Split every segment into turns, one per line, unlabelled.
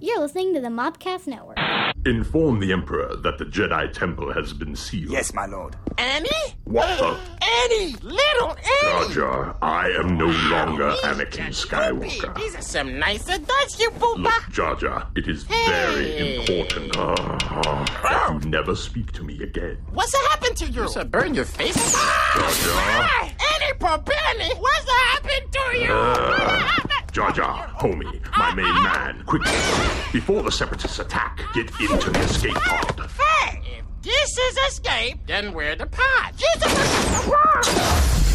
You're listening to the Mobcast Network.
Inform the Emperor that the Jedi Temple has been sealed.
Yes, my lord.
Annie?
What the?
Annie! Little
Jar
Annie!
Jar, I am no longer Anakin Skywalker.
These are some nice adults, you
Look,
poopa!
Jar Jar, it is very important uh, uh, that you never speak to me again.
What's happened to you?
So burn your face?
Ah, Annie Popelli! What's happened to you? Ah,
Uh, Jar Jar, homie, my main man, quickly, before the Separatists attack, get into the escape pod.
Hey, if this is escape, then we're the pod. Jesus!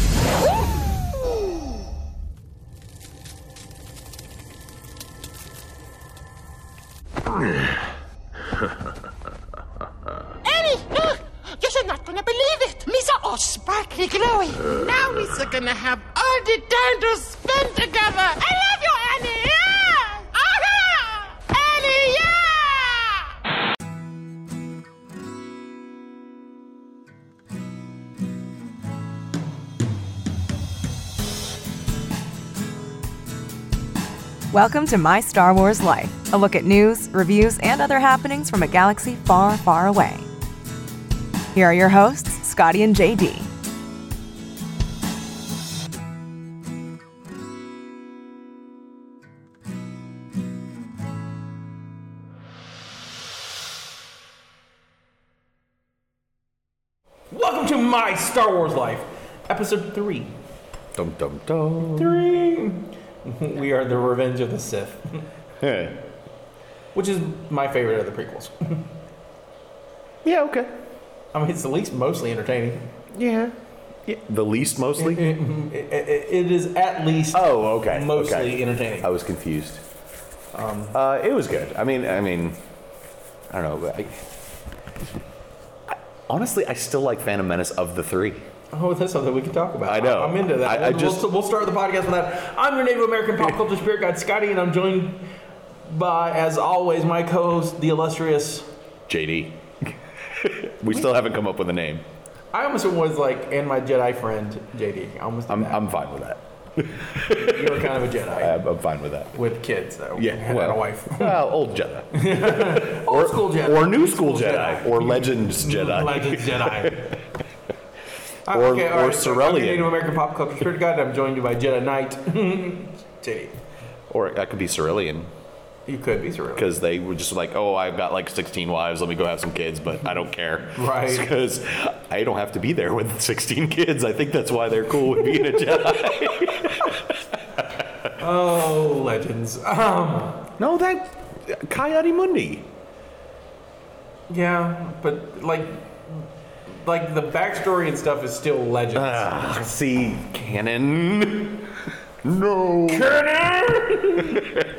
Annie, look! You're not gonna believe it! Me's are all sparkly glowy. now we're gonna have all the time to spend together. I love you, Annie! Yeah! Ah, yeah! Annie, yeah!
Welcome to My Star Wars Life, a look at news, reviews, and other happenings from a galaxy far, far away. Here are your hosts, Scotty and JD.
Welcome to my Star Wars life, episode three.
Dum dum dum.
Three. we are the Revenge of the Sith,
Hey.
which is my favorite of the prequels.
Yeah, okay.
I mean, it's at least mostly entertaining.
Yeah. yeah. The least mostly?
Mhm. It- it- it is at least
oh, okay. Oh.
mostly
okay.
entertaining.
I was confused. uh, it was good. I mean, I mean, I don't know. I, I- honestly, I still like Phantom Menace of the three.
Oh, that's something we can talk about.
I know.
I'm into that.
I- I
We'll-
just-
we'll, we'll start the podcast with that. I'm your Native American pop culture spirit guide, Scotty, and I'm joined by, as always, my co-host, the illustrious.
JD. we still haven't come up with a name.
I almost was like, and my Jedi friend JD. I almost. did
I'm,
that.
I'm fine with that.
You're kind of a Jedi.
I'm, I'm fine with that.
with kids though.
Yeah,
and
well,
a wife.
well, old Jedi,
Old school Jedi
or new school Jedi, or Legends Jedi.
Legends Jedi. Uh,
Or- or
all so I'm your
Cerulean.
Native American pop culture spirit guide. and I'm joined you by Jedi Knight. JD,
or that could be Cerulean.
you could be Cerulean.
because they were just like, oh, I've got like 16 wives. Let me go have some kids, but I don't care.
Right.
Because I don't have to be there with 16 kids. I think that's why they're cool with being a Jedi.
Oh, Legends. Um,
no, that. Coyote Mundi.
yeah, but like, like the backstory and stuff is still Legends.
Ah, see, canon. No. Canon!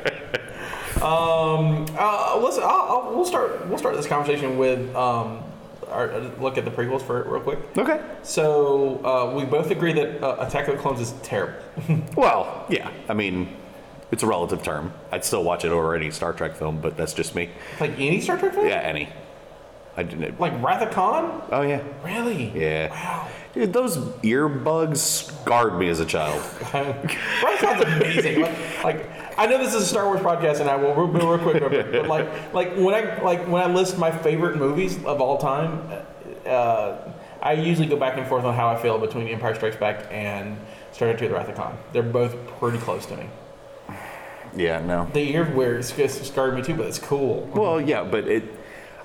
Um, uh, listen, I'll, I'll, we'll start. We'll start this conversation with um, our uh, look at the prequels for real quick.
Okay.
So uh, we both agree that uh, Attack of the Clones is terrible.
Well, yeah. I mean, it's a relative term. I'd still watch it over any Star Trek film, but that's just me.
Like any Star Trek film?
Yeah, any. I didn't.
Like Wrath of Khan?
Oh, yeah.
Really?
Yeah.
Wow.
Dude, those earbugs scarred me as a child.
Wrath of Khan's amazing. Like, like, I know this is a Star Wars podcast, and I will real, real, real quick. But like, like when I like when I list my favorite movies of all time, uh, I usually go back and forth on how I feel between Empire Strikes Back and Star Trek II: The Wrath of Khan. They're both pretty close to me.
Yeah, no.
The year where it's it's scarred me too, but it's cool.
Well, yeah, but it.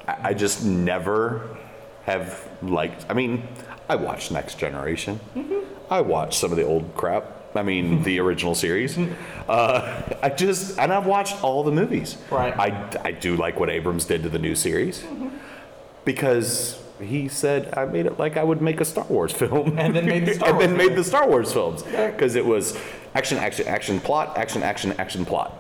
I, I just never have liked. I mean, I watched Next Generation.
Mm-hmm.
I watched some of the old crap. I mean, the original series.
Mm-hmm.
Uh, I just and I've watched all the movies.
Right. Mm-hmm.
I I do like what Abrams did to the new series because. He said, "I made it like I would make a Star Wars film,
And then made the Star
And then
Wars
made
film.
the Star Wars films because it was action, action, action, plot, action, action, action, plot.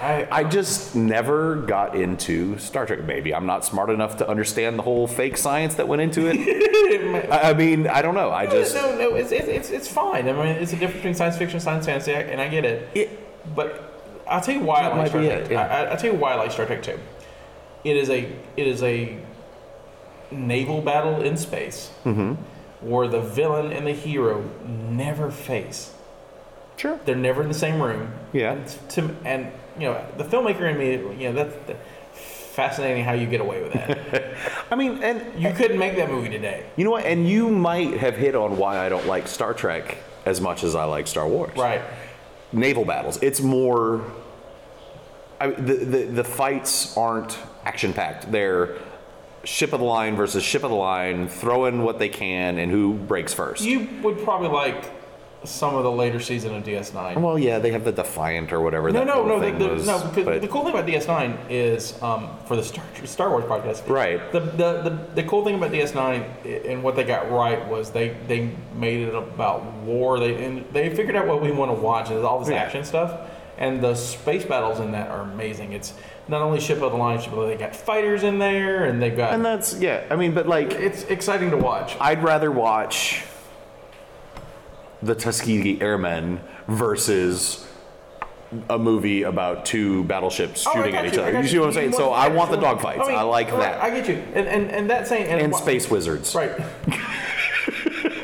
I,
I just never got into Star Trek. Maybe I'm not smart enough to understand the whole fake science that went into it. I I mean, I don't know. I just
no, no, it's, it's, it's, it's fine. I mean, it's a difference between science fiction, science fantasy, and I get it.
It-
but I'll tell you why I
That
like
might
Star
be
Trek.
it, yeah.
I, I, I'll tell you why I like Star Trek Two. It is a it is a naval battle in space
Mm-hmm.
where the villain and the hero never face.
sure.
They're never in the same room.
Yeah.
And, to, and you know, the filmmaker in me, you know, that's the- fascinating how you get away with that.
I mean, and
you couldn't make that movie today,
you know what? And you might have hit on why I don't like Star Trek as much as I like Star Wars.
right?
naval battles. It's more. I, the, the the fights aren't action packed. They're ship of the line versus ship of the line, throwing what they can and who breaks first.
You would probably like some of the later season of DS9.
well, yeah, they have the Defiant or whatever.
No,
that
no, no.
little
The,
thing
the,
was,
no because
but-
the cool thing about DS9 is um, for the Star, Star Wars podcast,
Right.
The, the the the cool thing about DS9 i- and what they got right was they they made it about war. They and they figured out what we want to watch and all this
Yeah.
action stuff. And the space battles in that are amazing. It's not only ship of the line, ship of the they got fighters in there, and they've got.
and that's yeah. I mean, but like,
it's exciting to watch.
I'd rather watch the Tuskegee Airmen versus a movie about two battleships
Oh, I
shooting
got
at each
I
other.
got
You see what I'm saying?
You
So I want the
actual-
dogfights. I,
mean,
like
right,
that.
I get you, and and, and that saying
and
wha-
space wizards.
Right.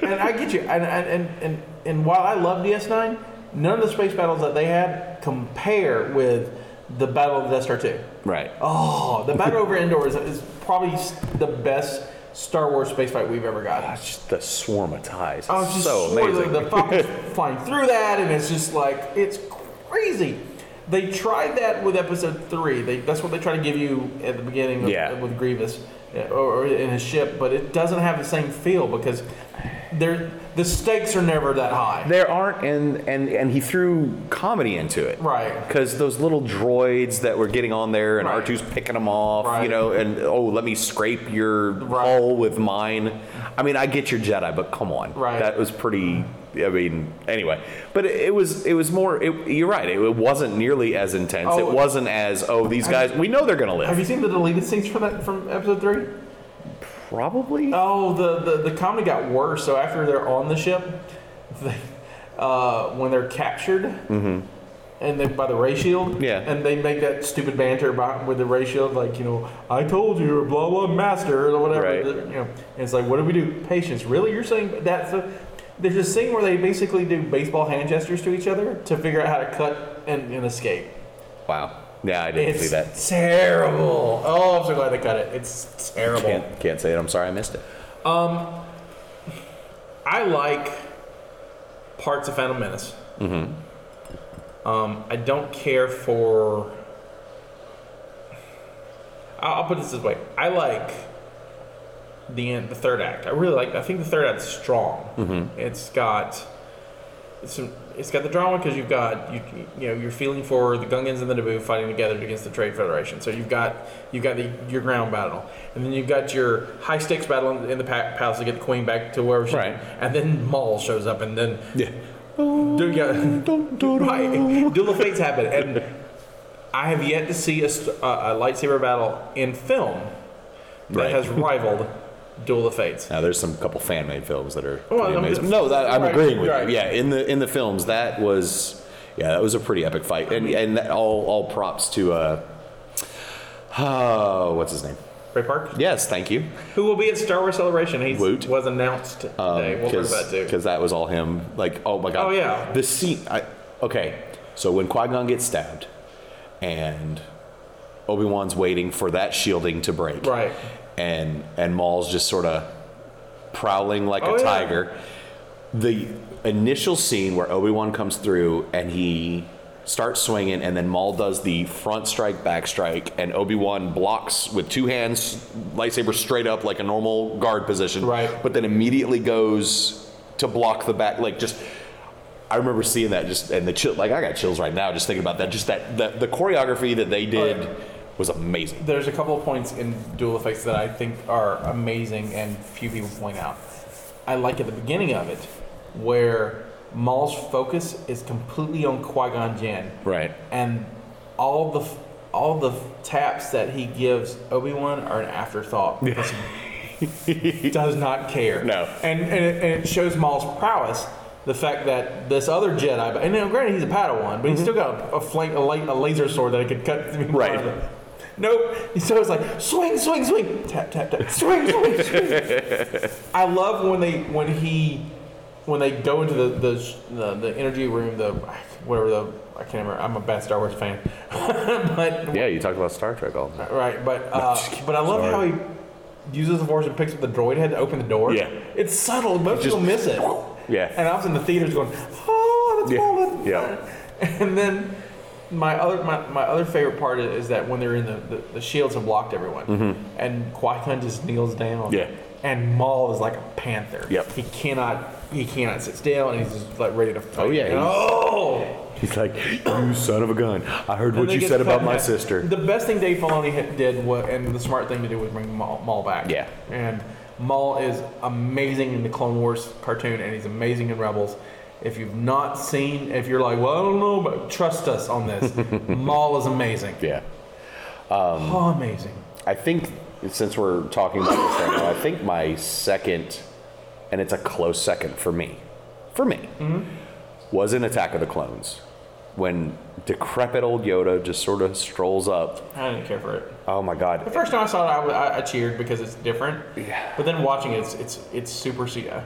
and I get you. And and, and and and while I love DS9, none of the space battles that they had compare with the Battle of Death Star 2.
Right.
Oh, the battle over Endor is, is probably s- the best Star Wars space fight we've ever gotten.
That's just the swarm of ties.
I was Oh, just
so
sure
amazing.
The, the Falcon's flying through that, and it's just like it's crazy. They tried that with episode three. They, that's what they try to give you at the beginning of,
Yeah.
with Grievous uh, or, or in his ship, but it doesn't have the same feel because they're, the stakes are never that high.
there aren't, and and and he threw comedy into it,
Right.
Because those little droids that were getting on there, and
Right.
R2's picking them off, you
Right.
know, and oh, let me scrape your
Right.
hull with mine. I mean, I get your Jedi, but come on,
Right.
That was pretty. I mean, anyway, but it, it was it was more. It, you're right. It, wasn't nearly as intense.
Oh,
it
it-
wasn't as oh these
Have
guys.
you-
we know they're gonna
Have
live.
you seen the deleted scenes from that from episode three?
Probably.
Oh, the, the, the comedy got worse. So after they're on the ship, they, uh, when they're captured, and then by the ray shield,
Mm-hmm. Yeah.
and they make that stupid banter about with the ray shield, like you know, I told you, or blah blah, master, or whatever.
Right.
the- You know, and it's like, what do we do? Patience, really? You're saying that's a, there's this thing where they basically do baseball hand gestures to each other to figure out how to cut and, and escape.
Wow. Yeah, I didn't see
It's
that.
terrible. Oh, I'm so glad they cut it. It's terrible.
Can't, can't say it. I'm sorry, I missed it.
I like parts of Phantom Menace. Um, I don't care for. I'll, I'll put this this way. I like the end, the third act. I really like. I think the third act's strong. It's got. It's, some- it's got the drama because you've got you, you know you're feeling for the Gungans and the Naboo fighting together against the Trade Federation. So you've got you've got the, your ground battle, and then you've got your high stakes battle in, in the pa- palace to get the Queen back to wherever she.
Right.
And then Maul shows up, and then
Yeah.
do, yeah,
Right.
right. Duel of Fates happen, and I have yet to see a, st- a, a lightsaber battle in film that
Right.
has rivaled Duel of Fates.
Now there's some couple fan made films that are
Well,
pretty
I'm
amazing.
just-
no, that, I'm
right,
agreeing with
right.
you. Yeah, in the in the films that was yeah that was a pretty epic fight, and and that, all all props to uh, oh, what's his name?
Ray Park,
Yes, thank you.
who will be at Star Wars Celebration, he
Woot. Uh,
was announced today. we'll bring that too.
because that was all him. Like, oh my god.
Oh, yeah.
The scene. I, okay, so when Qui Gon gets stabbed, and Obi Wan's waiting for that shielding to break,
Right.
And and Maul's just sort of prowling like
Oh,
a
yeah.
tiger. The initial scene where Obi Wan comes through and he starts swinging, and then Maul does the front strike, back strike, and Obi Wan blocks with two hands, lightsaber straight up like a normal guard position.
Right.
But then immediately goes to block the back, like just. I remember seeing that just and the chill, like I got chills right now just thinking about that. Just that, that the choreography that they did
Oh, yeah.
was amazing.
There's a couple of points in Duel of Fates that I think are amazing and few people point out. I like at the beginning of it where Maul's focus is completely on Qui Gon Jinn.
Right.
And all the f- all the f- taps that he gives Obi Wan are an afterthought because he does not care.
No.
And and it, and it shows Maul's prowess. The fact that this other Jedi, and now granted he's a Padawan, but
Mm-hmm.
he's still got a, a flank, a, la- a laser sword that he could cut through.
Right.
Nope. So it's like swing, swing, swing, tap, tap, tap, swing, swing, swing. I love when they when he when they go into the the the, the energy room. The I whatever the I can't remember. I'm a bad Star Wars fan, but
Yeah, you talk about Star Trek all the time.
right. But uh,
just kidding.
but I love
Sorry.
how he uses the force and picks up the droid head to open the door.
Yeah.
it's subtle. Most
Just-
people miss it.
Yeah.
and I was in the theaters going, oh, that's
Yeah,
falling.
yeah.
And then my other my, my other favorite part is, is that when they're in the, the, the shields have blocked everyone, and Qui Gon just kneels down.
Mm-hmm. Yeah.
And Maul is like a panther.
Yep.
He cannot he cannot sit still, and he's just like ready to fight.
Oh, yeah,
And,
he's-
oh.
He's like, you son of a gun. I heard
And
what
they
you
get
said
cut
about my
back.
sister.
The best thing Dave Filoni had- did, was, and the smart thing to do, was bring Maul, Maul back.
Yeah.
And Maul is amazing in the Clone Wars cartoon, and he's amazing in Rebels. If you've not seen, if you're like, well, I don't know, but trust us on this. Maul is amazing.
Yeah.
Oh, amazing.
I think since we're talking about this right now, I think my second, and it's a close second for me, for me,
Mm-hmm.
was in Attack of the Clones, when decrepit old Yoda just sort of strolls up.
I didn't care for it.
Oh my
The
God!
first time I saw it, I, w- I- I cheered because it's different. Yeah. But then watching it, it's it's, it's super uh, CGI.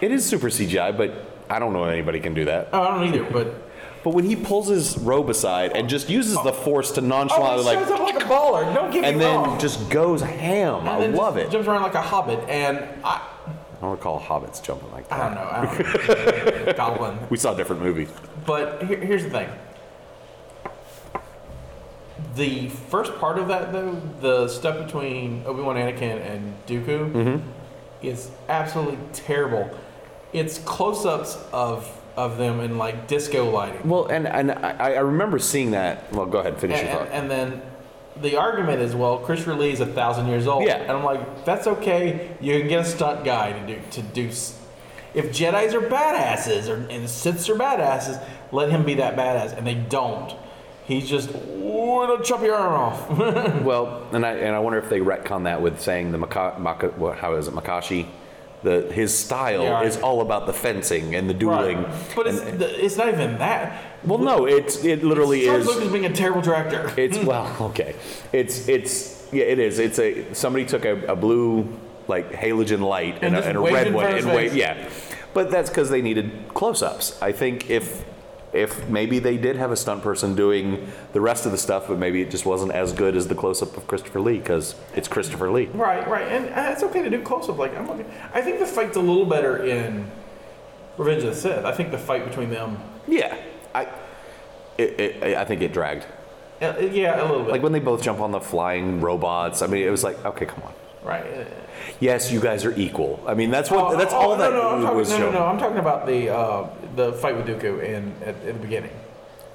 It is super CGI, but I don't know anybody can do that.
Oh, I don't either, but
But when he pulls his robe aside and just uses the Force to
oh,
nonchalantly,
he shows
like,
up like a baller. Don't get
and
me
then
wrong.
just goes ham.
And
I
then
love
just
it.
Jumps around like a hobbit, and I,
I don't recall hobbits jumping like
I don't
that.
know. I don't know. Goblin.
We saw different movies.
But here, here's the thing. The first part of that, though, the stuff between Obi Wan Anakin and Dooku, is absolutely terrible. It's close ups of of them in like disco lighting.
Well, and and I, I remember seeing that. Well, go ahead, finish
And,
your
and,
thought.
and then the argument is, well, Chris Lee is a thousand years old.
Yeah.
And I'm like, that's okay. You can get a stunt guy to do to do. s- If Jedi's are badasses or and Siths are badasses, let him be that badass. And they don't. He's just, ooh, it'll chop your arm off.
well, and I and I wonder if they retcon that with saying the Maka, Maka what, how is it Makashi, the his style
Yeah.
is all about the fencing and the dueling.
But it's the, it's not even that.
Well, no, it's it literally
George
is.
Lucas being a terrible director.
It's well, okay. It's it's yeah, it is. It's a somebody took a, a blue like halogen light
And
and, a,
just
and a
waved
red
in
one
front of
and
his
wave
face.
yeah. But that's because they needed close-ups. I think if if maybe they did have a stunt person doing the rest of the stuff, but maybe it just wasn't as good as the close-up of Christopher Lee because it's Christopher Lee.
Right, right, and uh, it's okay to do close up. Like I'm, okay. I think the fight's a little better in Revenge of the Sith. I think the fight between them,
Yeah, I it, it, I think it dragged.
uh, yeah, a little bit.
Like when they both jump on the flying robots. I mean, it was like okay, come on.
right. uh,
Yes, you guys are equal. I mean, that's what
Oh,
that's
oh,
all
no,
that
no, I'm talking,
was
no,
shown.
no, no, I'm talking about the uh, the fight with Dooku in at, at the beginning.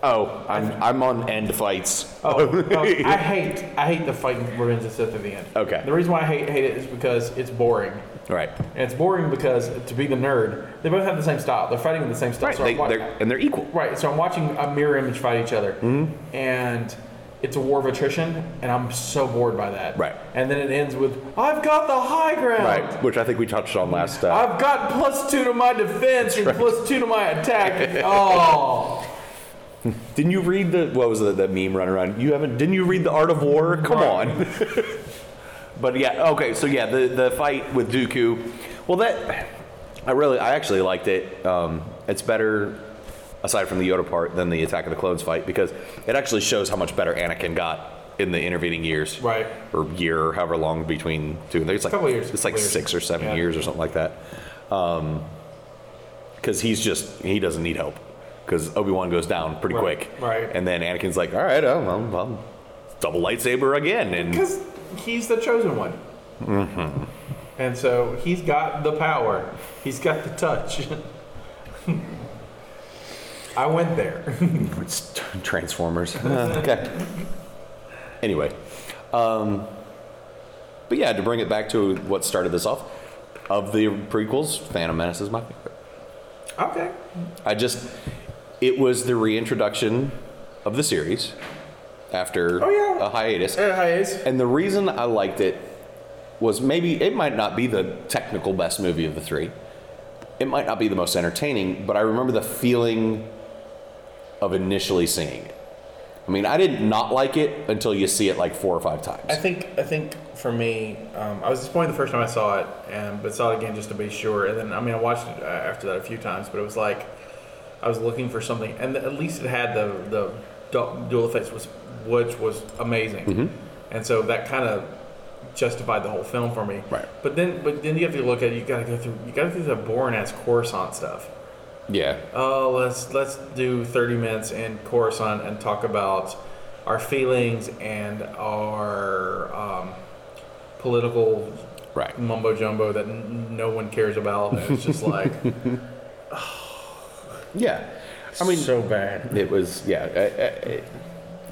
Oh, I'm, I'm on end fights.
Oh, no, I hate I hate the fight in Revenge of the Sith at the end.
Okay.
The reason why I hate hate it is because it's boring.
right.
And it's boring because to be the nerd, they both have the same style. They're fighting with the same style.
Right.
So
They,
I'm wa-
they're, and they're equal.
Right. So I'm watching a mirror image fight each other,
Mm-hmm.
and it's a war of attrition, and I'm so bored by that.
Right.
And then it ends with I've got the high ground.
Right. Which I think we touched on last. Uh,
I've got plus two to my defense and plus two to my attack. Oh,
didn't you read the what was it, that meme running around? You haven't? Didn't you read the Art of War? Come
Right.
on. but yeah. Okay. So yeah, the the fight with Dooku. Well, that I really I actually liked it. Um, it's better. Aside from the Yoda part, than the Attack of the Clones fight, because it actually shows how much better Anakin got in the intervening years.
Right.
or year or however long between two and three. It's like
Couple years,
It's like
couple years.
six or seven
Yeah.
years or something like that. Because he's just he doesn't need help because Obi Wan goes down pretty
Right,
quick.
right.
And then Anakin's like, all right, I'm, I'm, I'm double lightsaber again, and
because he's the chosen one. And so he's got the power. He's got the touch. I went there.
it's t- Transformers. Uh, okay. Anyway, um, but yeah, to bring it back to what started this off, of the prequels, Phantom Menace is my favorite.
okay.
I just, it was the reintroduction of the series after
Oh, yeah.
a hiatus.
Uh, hi, Ace.
And the reason I liked it was maybe it might not be the technical best movie of the three. It might not be the most entertaining, but I remember the feeling of initially seeing it. I mean, I did not like it until you see it like four or five times.
I think I think for me, um, I was disappointed the first time I saw it, and but saw it again just to be sure. And then I mean, I watched it uh, after that a few times, but it was like I was looking for something, and at least it had the the du- dual effects, was, which was amazing. And so that kind of justified the whole film for me.
Right.
But then, but then you have to look at it, you got to go through you got to do the boring ass Coruscant stuff.
Yeah.
Oh, let's let's do thirty minutes in Coruscant and talk about our feelings and our um, political
Right.
mumbo jumbo that n- no one cares about. And it's just like
Yeah. I mean,
so bad.
it was yeah i,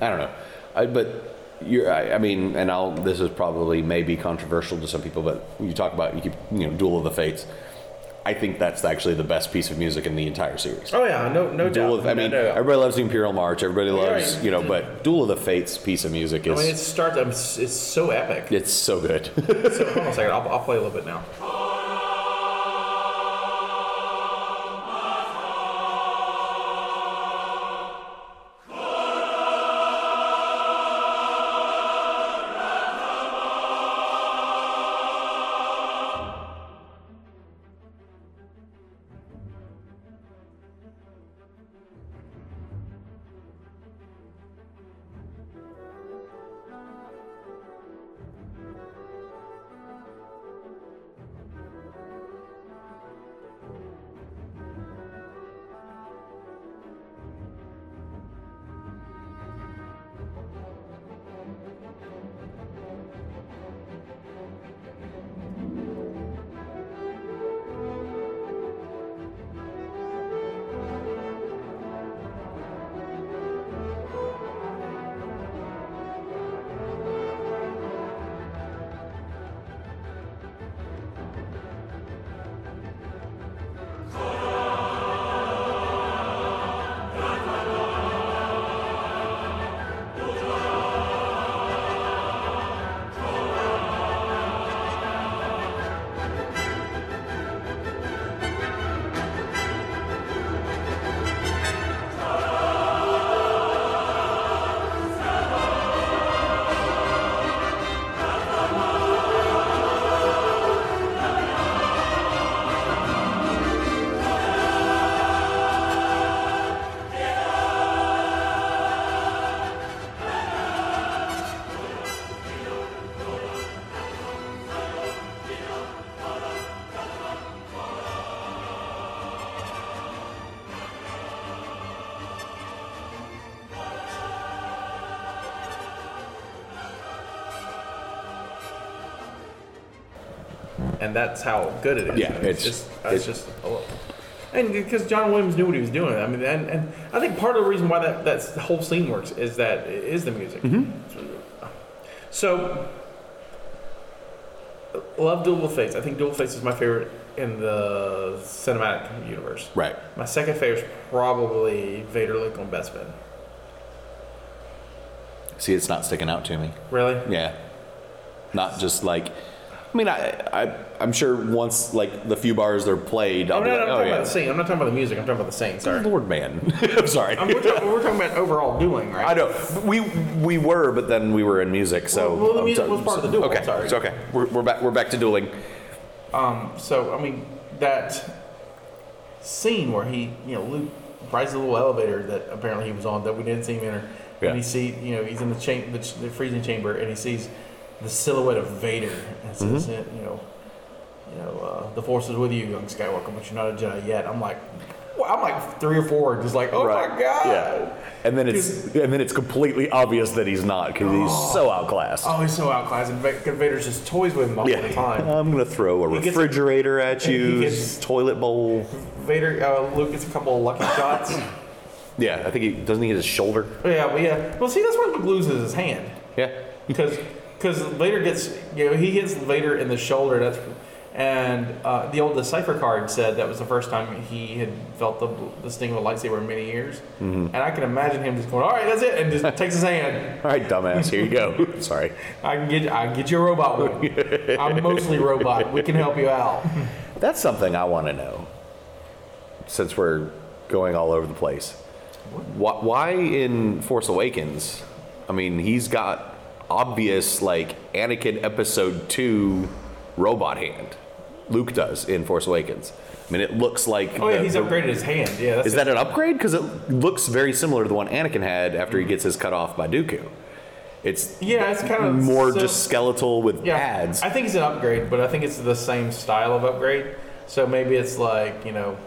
I, I don't know I, but you're I, I mean and i'll this is probably maybe controversial to some people but you talk about you keep you know duel of the fates i think that's actually the best piece of music in the entire series
Oh yeah, no no
Duel
doubt.
of, I mean,
no, no.
everybody loves the Imperial March. Everybody loves,
right.
you know, but Duel of the Fates piece of music
I
is
mean, it starts. I'm s- It's so epic.
it's so good.
So hold on a second. I'll, I'll play a little bit now. and that's how good it is.
Yeah,
I mean,
it's-
just that's
it-
just. oh. And because John Williams knew what he was doing, I mean, and, and I think part of the reason why that that's, the whole scene works is that is the music.
Mm-hmm.
So, love Duel of Fates. I think Duel of Fates is my favorite in the cinematic universe.
Right.
My second favorite is probably Vader Lethal Investment.
See, it's not sticking out to me.
Really?
Yeah. Not just like, I mean, I, I I'm sure once like the few bars they're played, I'll
I'm
be
not,
like,
I'm
oh
talking
yeah,
about the scene. I'm not talking about the music. I'm talking about the scene. Sorry.
Lord man. I'm sorry.
I'm, we're, talking, we're talking about overall doing, right?
I know we we were, but then we were in music, so
Well, well, the
I'm
music
sorry.
was part of the duel,
Okay,
sorry.
it's okay. We're, we're back. We're back to dueling.
So I mean that scene where he, you know, Luke rides the little elevator that apparently he was on that we didn't see him enter,
Yeah.
and he see, you know, he's in the, cha- the, the freezing chamber and he sees the silhouette of Vader and says,
Mm-hmm.
you know, you know, uh, the Force is with you, young Skywalker, but you're not a Jedi yet. I'm like, well, I'm like three or four, just like, oh my god.
Yeah. And then it's and then it's completely obvious that he's not because he's so outclassed.
Oh, he's so outclassed, and Va- Vader's just toys with him all
yeah.
the time.
I'm gonna throw a
He gets-
refrigerator at you,
he gets-
toilet bowl.
Vader, uh, Luke gets a couple of lucky shots.
Yeah, I think he doesn't he hit his shoulder.
yeah, but yeah. Well, see, that's where Luke loses his hand.
Yeah.
because because Vader gets you know he hits Vader in the shoulder. That's and uh, the old decipher card said that was the first time he had felt the the sting of a lightsaber in many years.
Mm-hmm.
And I can imagine him just going, "All right, that's it," and just takes his hand.
All right, dumbass. Here you go. sorry.
I can get I can get you a robot one. I'm mostly robot. We can help you out.
That's something I want to know. Since we're going all over the place, why, why in Force Awakens? I mean, he's got obvious like Anakin Episode Two robot hand. Luke does in Force Awakens. I mean, it looks like.
Oh yeah,
the-
he's
the-
upgraded his hand. Yeah, that's
Is that an upgrade? Because it looks very similar to the one Anakin had after he gets his cut off by Dooku. It's
Yeah, it's kind of
more
so-
just skeletal with
yeah,
pads.
I think it's an upgrade, but I think it's the same style of upgrade. So maybe it's like you know,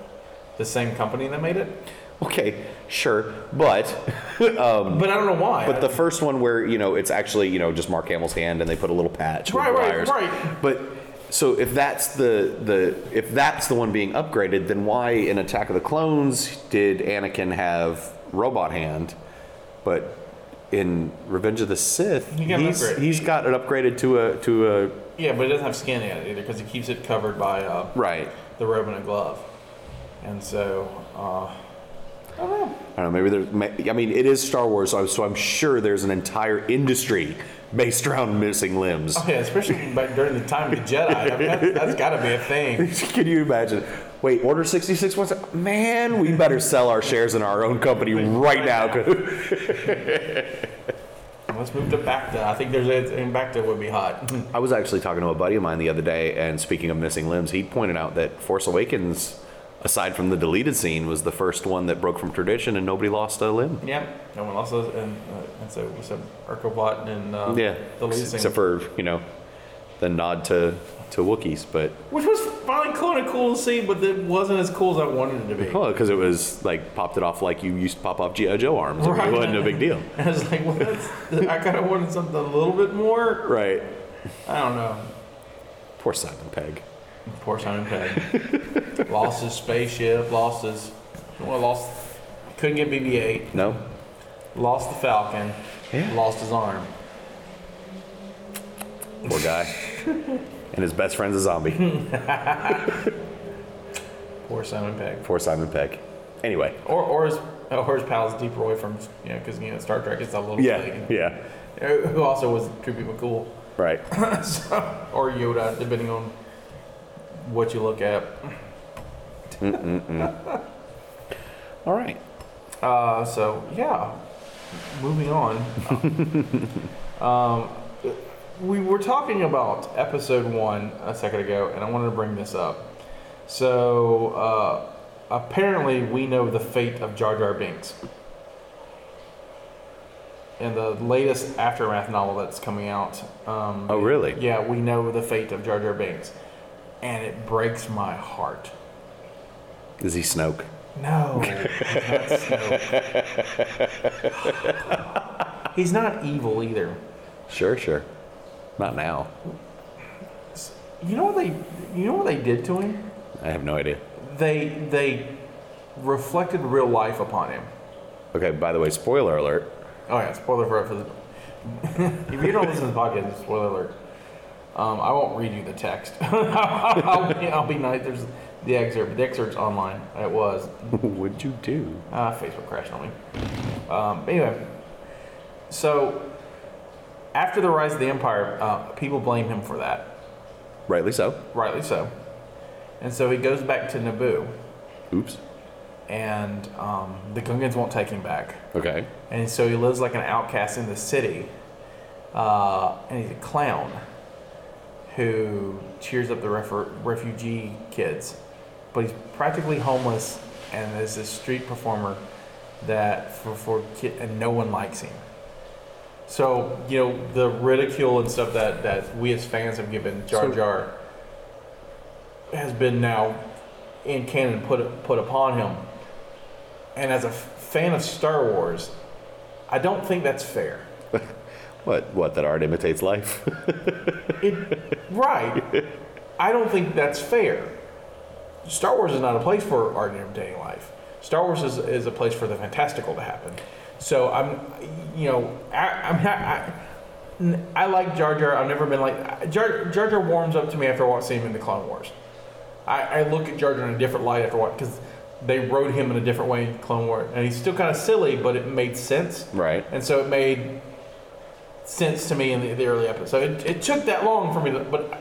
the same company that made it.
okay, sure, but
But I don't know why.
Um, but the first one where you know it's actually you know just Mark Hamill's hand and they put a little patch
Right,
with
right,
wires.
right.
But so if that's the the if that's the one being upgraded, then why in Attack of the Clones did Anakin have robot hand, but in Revenge of the Sith,
He got an
he's,
upgrade.
he's got it upgraded to a to a
yeah, but it doesn't have skin in it either because he keeps it covered by uh,
right.
the robe and a glove. And so, uh,
I don't know. Maybe there. may- I mean, it is Star Wars, so I'm, so I'm sure there's an entire industry based around missing limbs.
oh, yeah, especially back during the time of the Jedi, I mean, that, that's got to be a thing.
Can you imagine? Wait, Order 66 wants to- Man, we better sell our shares in our own company right now. 'cause-
Let's move to Bacta. I think there's a and Bacta would be hot.
I was actually talking to a buddy of mine the other day, and speaking of missing limbs, he pointed out that Force Awakens, aside from the deleted scene, was the first one that broke from tradition and nobody lost a limb.
yep. No one else is, and uh, and so we said Urkobot and uh,
Yeah.
the lead singer.
Except for, you know, the nod to, to Wookiees, but.
Which was finally cool and cool to see, but it wasn't as cool as I wanted it to be.
Well, because it was like popped it off like you used to pop off G.I. Joe arms.
Right.
It wasn't a big deal.
I was like, well, that's, I kind of wanted something a little bit more.
Right.
I don't know.
Poor Simon Pegg.
Poor Simon Pegg. lost his spaceship, lost his. Well, lost. Couldn't get BB 8,
No?
lost the Falcon,
Yeah.
lost his arm.
Poor guy. and his best friend's a zombie.
Poor Simon Pegg.
Poor Simon Pegg. Anyway.
Or, or his, or his pals Deep Roy from, you know, because, you know, Star Trek is a little
Yeah.
thing.
Yeah.
Uh, Who also was Troopy McCool.
Right.
So- or Yoda, depending on what you look at.
All right.
Uh, so yeah, moving on. um, we were talking about episode one a second ago, and I wanted to bring this up. So uh, apparently, we know the fate of Jar Jar Binks. In the latest aftermath novel that's coming out, um,
Oh, really?
yeah, we know the fate of Jar Jar Binks, and it breaks my heart.
Is he Snoke?
No. that's no. He's not evil either.
Sure, sure. Not now.
You know what they you know what they did to him?
I have no idea.
They they reflected real life upon him.
Okay, by the way, spoiler alert.
Oh yeah, spoiler for for the If you don't listen to the podcast, spoiler alert. Um, I won't read you the text. I'll, be, I'll be nice. There's the excerpt. The excerpt's online. It was.
What'd you do?
Uh, Facebook crashed on me. Um, anyway, so after the rise of the empire, uh, people blame him for that,
Rightly so.
rightly so. And so he goes back to Naboo,
Oops.
and um, the Gungans won't take him back.
Okay.
And so he lives like an outcast in the city, uh, and he's a clown who cheers up the refer- refugee kids. But he's practically homeless and is a street performer that for, for kid, and no one likes him. So you know the ridicule and stuff that, that we as fans have given Jar
So-
Jar has been now in canon put put upon him. And as a f- fan of Star Wars, I don't think that's fair.
What? What? That art imitates life?
It, right. I don't think that's fair. Star Wars is not a place for art and entertaining life. Star Wars is, is a place for the fantastical to happen. So I'm, you know, I, I'm not. I, n- I like Jar Jar. I've never been like Jar Jar, Jar warms up to me after watching him in the Clone Wars. I, I look at Jar Jar in a different light after watching because they wrote him in a different way in Clone Wars, and he's still kind of silly, but it made sense.
Right.
And so it made sense to me in the, the early episode. It, it took that long for me, to, but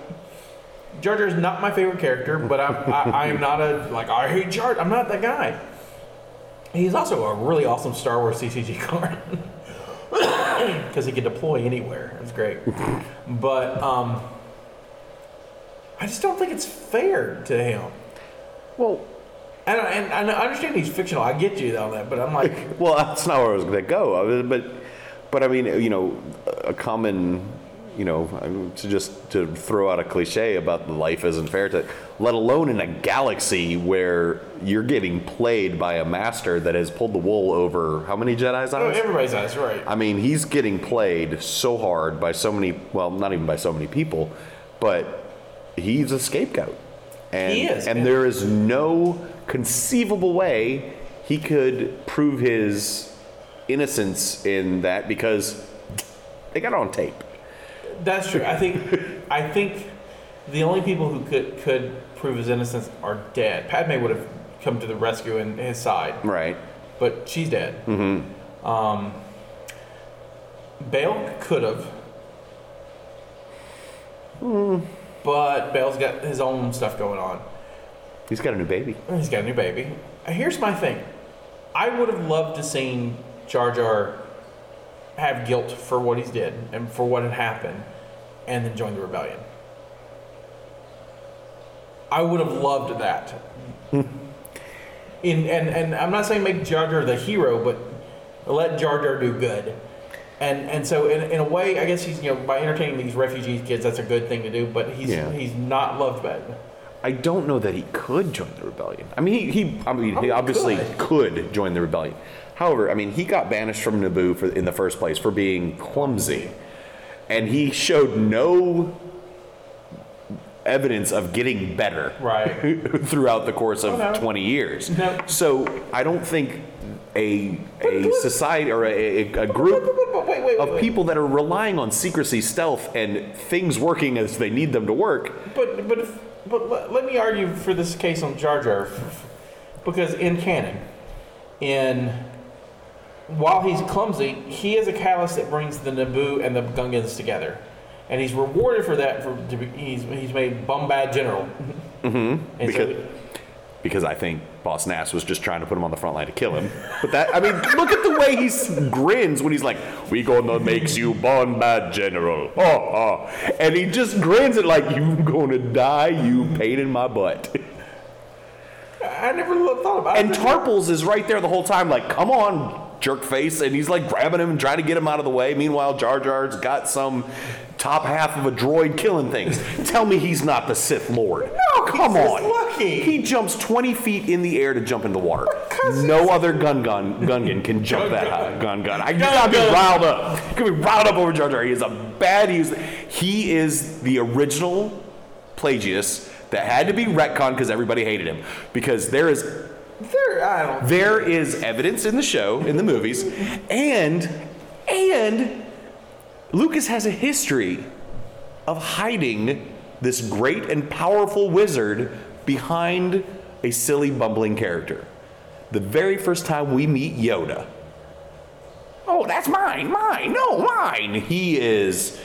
Jar Jar is not my favorite character. But I'm, I, I am not a like I hate Jar. I'm not that guy. He's also a really awesome Star Wars CCG card because he can deploy anywhere. It's great, but um, I just don't think it's fair to him.
Well,
And I, and I know- I understand he's fictional. I get you on that, but I'm like,
well, that's not where I was going to go. I mean, But, but I mean, you know, a common, you know, I mean, to just to throw out a cliche about life isn't fair to, let alone in a galaxy where you're getting played by a master that has pulled the wool over how many Jedi's
oh,
eyes?
everybody's eyes, right?
I mean, he's getting played so hard by so many, well, not even by so many people, but he's a scapegoat. And,
He is,
And
man.
there is no conceivable way he could prove his innocence in that because they got it on tape.
That's true. I think I think the only people who could could prove his innocence are dead. Padme would have come to the rescue and his side,
Right.
but she's dead. Mm-hmm. Um, Bale could have, but Bale's got his own stuff going on.
He's got a new baby.
He's got a new baby. Here's my thing. I would have loved to seen Jar Jar have guilt for what he's did and for what had happened, and then join the rebellion. I would have loved that. In and and I'm not saying make Jar Jar the hero, but let Jar Jar do good. And and so in, in a way, I guess he's you know by entertaining these refugee kids, that's a good thing to do. But he's
Yeah.
he's not loved by. it.
I don't know that he could join the rebellion. I mean, he, he I mean, he
Oh,
obviously
good.
could. join the rebellion. However, I mean, he got banished from Naboo for, in the first place for being clumsy, and he showed no evidence of getting better
Right.
throughout the course of
no.
20 years.
No.
So I don't think a a society or a, a, a group
Wait, wait, wait,
of
wait.
people that are relying on secrecy, stealth, and things working as they need them to work
But but if, but let, let me argue for this case on Jar Jar, because in canon, in while he's clumsy, he is a catalyst that brings the Naboo and the Gungans together, and he's rewarded for that. For to be, he's he's made Bombad General. Mm-hmm. And
because
so,
because I think Boss Nass was just trying to put him on the front line to kill him. But that I mean, look at the way he s- grins when he's like, "We gonna makes you born bad general," oh, oh. and he just grins at like, "You gonna die, you pain in my butt."
I never lo- thought about
And
it.
Tarples is right there the whole time, like, "Come on, jerk face," and he's like grabbing him and trying to get him out of the way. Meanwhile, Jar Jar's got some top half of a droid killing things. Tell me he's not the Sith Lord.
No, he's
come
just
on.
lucky.
He jumps 20 feet in the air to jump in the water. No other gun gun gungan can jump that high. Gun gun. I gotta be
Gun-gun.
riled up. Could be riled up over Jar Jar. He is a bad. He is, he is the original Plagius that had to be retconned because everybody hated him. Because there is
There, I don't.
there is evidence in the show, in the movies, and and Lucas has a history of hiding this great and powerful wizard behind a silly bumbling character. The very first time we meet Yoda. Oh, that's mine, mine, no, mine. He is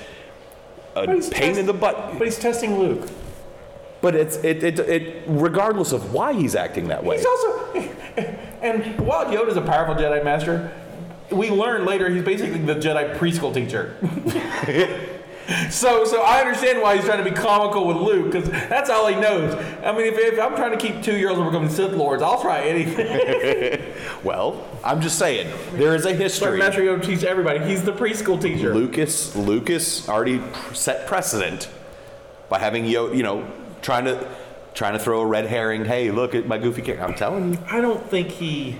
a
he's
pain in
test-
the butt.
But he's testing Luke.
But it's it, it, it regardless of why he's acting that way.
He's also, and while Yoda's a powerful Jedi Master, we learn later he's basically the Jedi preschool teacher. so, so I understand why he's trying to be comical with Luke because that's all he knows. I mean, if, if I'm trying to keep two year olds from becoming Sith lords, I'll try anything.
well, I'm just saying there is a
But
history.
Master Yoda teaches everybody. He's the preschool teacher.
Lucas Lucas already pr- set precedent by having Yo, you know, trying to trying to throw a red herring. Hey, look at my goofy character. I'm telling you,
I don't think he.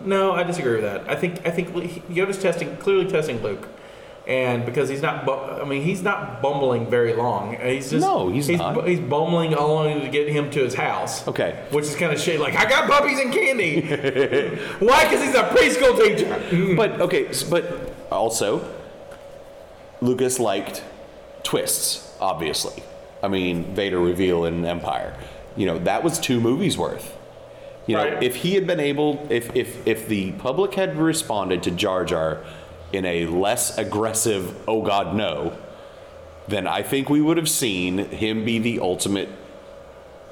No, I disagree with that. I think I think Yoda's testing clearly testing Luke, and because he's not, bu- I mean, he's not bumbling very long. He's just
No, he's
he's,
not.
bu- He's bumbling along to get him to his house.
Okay.
which is kind of shady. Like I got puppies and candy. Why? Because he's a preschool teacher.
Mm-hmm. but okay, s- but also Lucas liked twists. Obviously, I mean Vader reveal in Empire. You know that was two movies worth. You know,
Right.
if he had been able, if if if the public had responded to Jar Jar in a less aggressive "Oh God, no," then I think we would have seen him be the ultimate.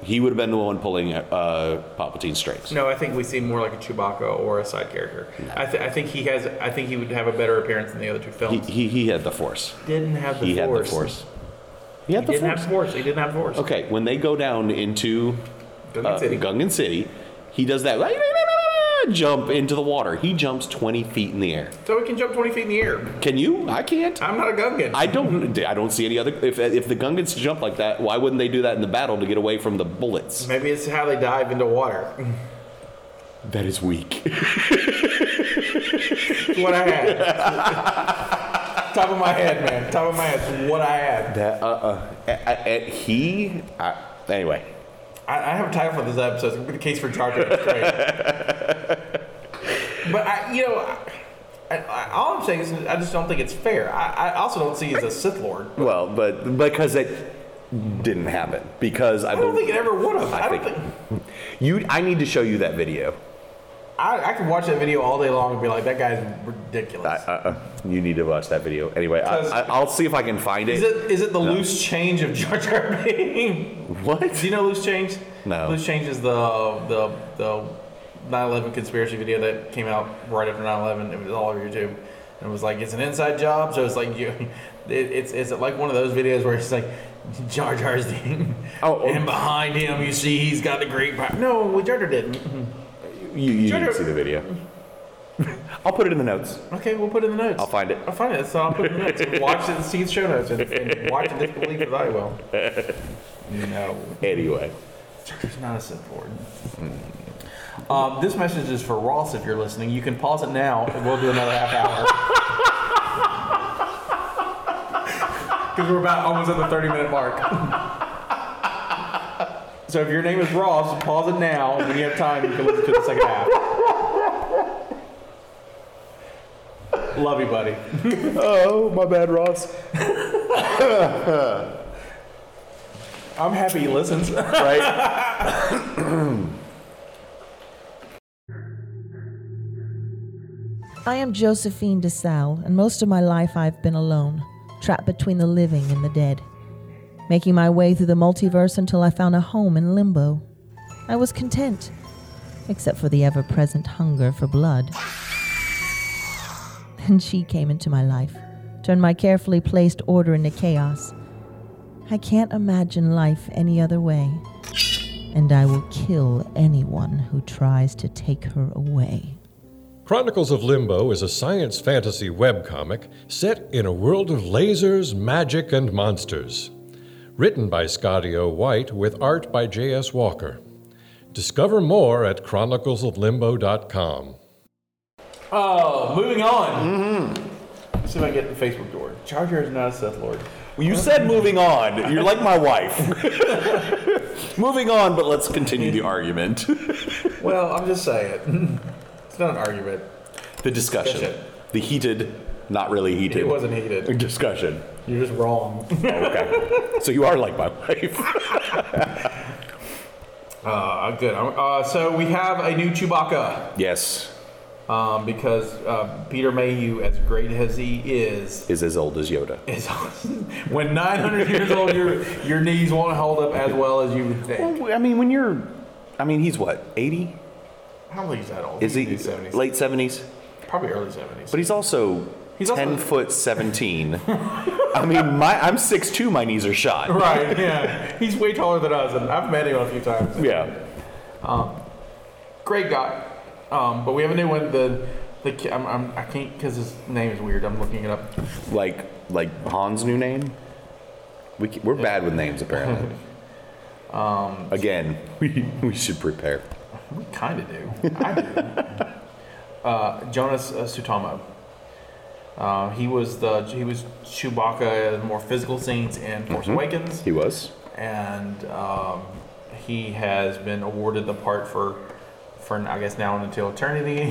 He would have been the one pulling uh, Palpatine's strings.
No, I think we see more like a Chewbacca or a side character. I, th- I think he has. I think he would have a better appearance than the other two
He,
films.
he, he had the force.
didn't have the
he
force.
had the force. He had
He
the
didn't
Force.
have force. He didn't have force.
Okay, when they go down into
Gungan
uh,
City.
Gungan City, he does that jump into the water. He jumps 20 feet in the air.
So it can jump 20 feet in the air.
Can you? I can't.
I'm not a Gungan.
I don't. I don't see any other. If, if the Gungans jump like that, why wouldn't they do that in the battle to get away from the bullets?
Maybe it's how they dive into water.
That is weak.
It's what I had. Top of my head, man. Top of my head. It's what I had.
That uh uh. A- a- a- he. I, anyway,
I, I have a title for this episode. It's gonna be the case for Jar Jar. It's great. but I, you know, I, I- I- all I'm saying is I just don't think it's fair. I, I also don't see he's a Sith Lord.
well, but because it didn't happen because I,
I don't
bel-
think it ever would have.
I
I don't
think-
think.
You. I need to show you that video.
I, I could watch that video all day long and be like, that guy's ridiculous.
I, uh, uh, you need to watch that video. Anyway, I,
'Cause-
I, I'll see if I can find it.
is it is it the loose change of Jar Jar Binks?
What?
Do you know Loose Change?
No.
Loose Change is the the the 9/11 conspiracy video that came out right after 9/11. It was all over YouTube. And it was like it's an inside job, so it's like you, it, it's it's like one of those videos where it's like Jar Jar's the,
Oh, oh.
and behind him you see he's got the great power. No, well, Jar Jar didn't.
You, you
Try
didn't
to-
see the video. I'll put it in the notes.
Okay, we'll put it in the notes.
I'll find it.
I'll find it. So I'll put it in the notes. Watch it and see the show notes and, and watch it disbelief as I will. No.
Anyway.
It's not a Sith Lord. Um, this message is for Ross if you're listening. You can pause it now and we'll do another half hour. Because we're about almost at the 30 minute mark. so if your name is Ross, pause it now. When you have time, you can listen to the second half. Love you, buddy.
Oh, my bad, Ross.
I'm happy he listens.
Right?
I am Josephine DeSalle, and most of my life I've been alone, trapped between the living and the dead, making my way through the multiverse until I found a home in limbo. I was content, except for the ever present hunger for blood. Then she came into my life, turned my carefully placed order into chaos. I can't imagine life any other way, and I will kill anyone who tries to take her away.
Chronicles of Limbo is a science fantasy webcomic set in a world of lasers, magic, and monsters. Written by Scotty O. White with art by J.S. Walker. Discover more at chroniclesoflimbo.com.
Oh, moving on.
Mm-hmm.
Let's see if I can get the Facebook door. Charger is not a Sith Lord.
You said moving on. You're like my wife. moving on, but let's continue the argument,
Well, I'm just saying. It's not an argument.
the discussion,
Discussion.
the heated, not really heated.
It wasn't heated.
Discussion.
You're just wrong.
Okay. so you are like my wife.
Uh, good. Uh, so we have a new Chewbacca
yes.
um, because uh, Peter Mayhew, as great as he is,
Is as old as Yoda.
is when 900 years old, your your knees won't hold up as well as you would think.
I mean, when you're, I mean, he's what, 80?
I don't think he's that old.
Is he
He's in his 70s.
late 70s?
Probably early 70s.
But he's also
He's also-
ten foot seventeen. I mean, my I'm six two. My knees are shot.
right? Yeah, he's way taller than us, and I've met him a few times.
Yeah.
great guy. Um, but we have a new one. The the ki- I'm, I'm, I can't because his name is weird. I'm looking it up.
Like like Han's new name. We ca- we're bad with names apparently. um. Again, we we should prepare.
We kind of do. I do. uh, Jonas uh, Sutamo. Uh, he was the he was Chewbacca in more physical scenes in Force Awakens,
Mm-hmm. He was.
and um, he has been awarded the part for for I guess now and until eternity.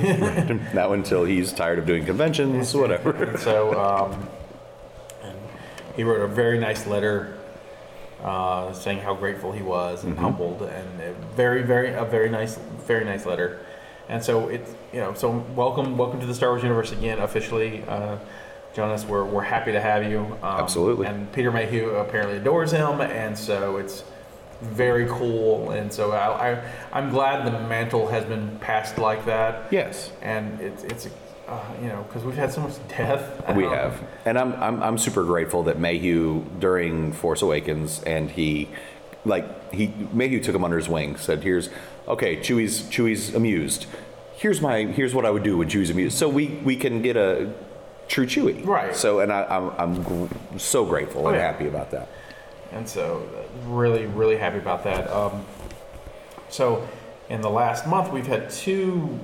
Not until he's tired of doing conventions, whatever.
And so um, and he wrote a very nice letter uh, saying how grateful he was
Mm-hmm.
and humbled, and a very, very, a very nice, very nice letter. And so it's you know, so welcome, welcome to the Star Wars universe again, officially, uh, Jonas. We're we're happy to have you. Um,
Absolutely.
And Peter Mayhew apparently adores him, and so it's very cool. And so I, I I'm glad the mantle has been passed like that
Yes.
and it's it's uh, you know, because we've had so much death. I
We
don't-
have, and I'm, I'm I'm super grateful that Mayhew during Force Awakens and he, like he Mayhew took him under his wing. Said, "Here's okay, Chewie's Chewie's amused. Here's my here's what I would do when Chewie's amused. So we we can get a true Chewie,
Right. Oh,
So and I, I'm I'm gr- so grateful and
yeah.
happy about that.
And so, uh, really, really happy about that. Um, so, in the last month, we've had two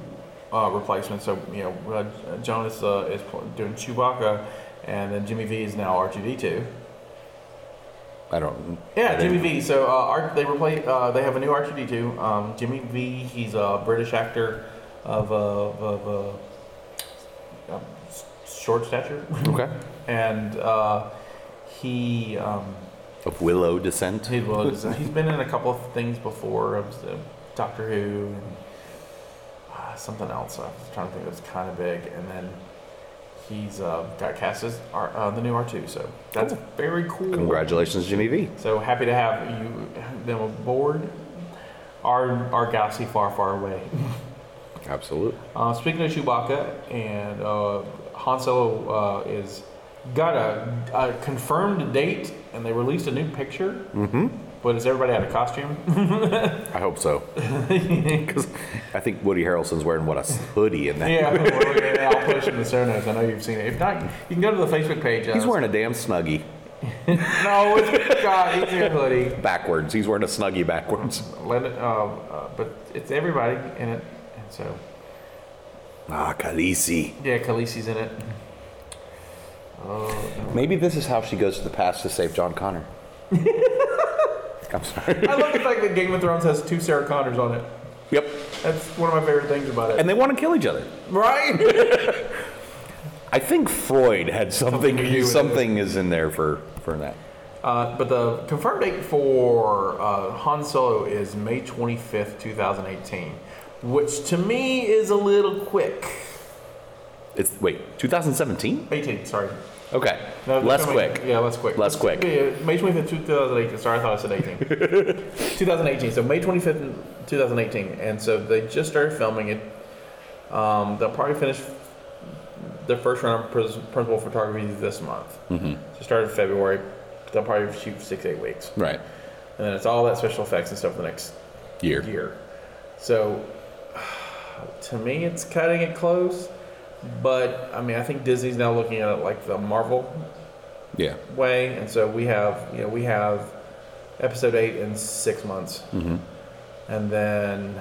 uh, replacements. So, you know, uh, Jonas uh, is pl- doing Chewbacca, and then Jimmy V is now R2D2.
I don't.
Yeah, Jimmy V. So, uh, R- they replace. Uh, they have a new R2D2. Um, Jimmy V. He's a British actor of uh, of, of uh, um, s- short stature,
Okay.
and uh, he. Um,
Of Willow descent.
He was. He's been in a couple of things before. um, so Doctor Who and uh, something else. I was trying to think. That's kind of big. And then he's uh, got cast as R, uh, the new R two. So that's very cool.
Congratulations, Jimmy V.
So happy to have you them aboard. Our our galaxy far far away.
Absolutely.
Uh, speaking of Chewbacca and uh, Han Solo uh, is got a, a confirmed date, and they released a new picture. Mm-hmm. But has everybody had a costume?
I hope so. Because I think Woody Harrelson's wearing what a hoodie in that.
Yeah, well, yeah, I'll put it in the show notes. I know you've seen it. If not, you can go to the Facebook page. uh,
He's wearing a damn snuggie
No, it's God, it's your hoodie.
backwards. He's wearing a snuggie backwards.
Let it, uh, uh, but it's everybody in it, and so
Ah, Khaleesi.
yeah, Khaleesi's in it.
Maybe this is how she goes to the past to save John Connor. I'm sorry.
I love the fact that Game of Thrones has two Sarah Connors on it.
Yep.
That's one of my favorite things about it.
And they want to kill each other.
right?
I think Freud had something.
Something to do
Something,
with
is in there for for that.
uh, but the confirmed date for uh, Han Solo is May twenty fifth, two thousand eighteen, which to me is a little quick.
It's wait, 2017.
Eighteen, sorry.
Okay.
No, they're
Less
coming-
quick.
Yeah, less quick.
Less quick.
Yeah, yeah, May 25th, 2018. Sorry, I thought I said 18. 2018. So May 25th, 2018. And so they just started filming it. Um, they'll probably finish their first round of pris- principal photography this month. Mm-hmm. So it started in February. They'll probably shoot six, eight weeks.
Right.
And then it's all that special effects and stuff for the next
Year.
year. So to me, it's cutting it close. But I mean, I think Disney's now looking at it like the Marvel
Yeah.
way, and so we have you know we have episode eight in six months,
Mm-hmm.
and then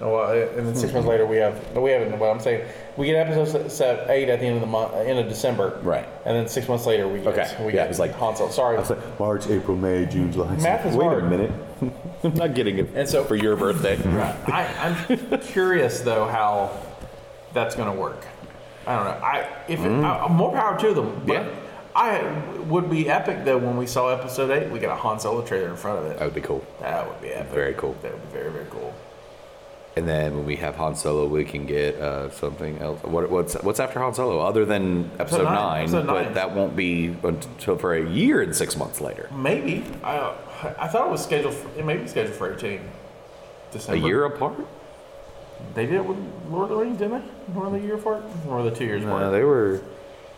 oh, well, and then 6 months later we have no, we haven't. Well, I'm saying we get episode s- se- eight at the end of the month, end of December,
Right.
And then six months later we get,
Okay.
we
Yeah,
get
it's like-
Han Solo. Sorry,
I was like March, April, May, June, July.
Math is
Wait
hard.
a minute. I'm not getting it.
And so-
for your birthday.
I, I'm curious though how that's going to work. I don't know. I if it, I, more power to them. But
Mm. Yeah.
I would be epic though when we saw episode eight. We got a Han Solo trailer in front of it.
That would be cool.
That would be epic.
Very cool.
That would be very very cool.
And then when we have Han Solo, we can get uh, something else. What, what's what's after Han Solo, other than Episode
nine.
Nine?
Episode
but
nine.
that won't be until for a year and six months later.
Maybe I I thought it was scheduled. For, it may be scheduled for eighteen.
A
December.
year apart?
They did it with Lord of the Rings, didn't they? One of the year apart, or the two years
No,
apart.
they were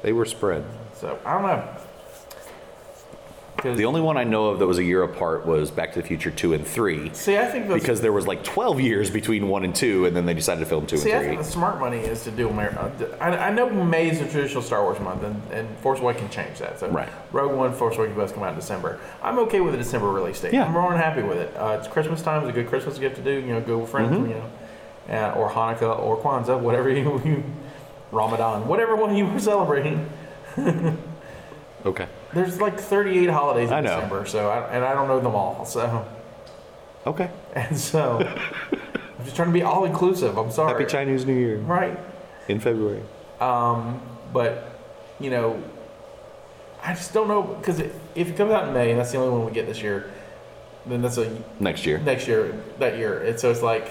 they were spread.
So I don't know. 'Cause-
The only one I know of that was a year apart was Back to the Future Two and Three,
see, I think that's,
because there was like twelve years between one and two, and then they decided to film two
See, I
and
think the
three.
smart money is to do Amer- uh, d- I, I know May is a traditional Star Wars month, and, and Force Awakens can change that. So
Right.
Rogue One, Force Awakens both come out in December. I'm okay with a December release date.
Yeah.
I'm more than happy with it. Uh, it's Christmas time. It's a good Christmas gift to do. You know, go with friends.
Mm-hmm.
You know, uh, or Hanukkah or Kwanzaa, whatever you, you Ramadan, whatever one you were celebrating.
Okay.
There's like 38 holidays in
I know.
December, so I, and I don't know them all. So
Okay.
and so I'm just trying to be all inclusive. I'm sorry.
Happy Chinese New Year
Right.
in February.
But you know, I just don't know because if it comes out in May and that's the only one we get this year, then that's a
Next year
next year that year. And so it's like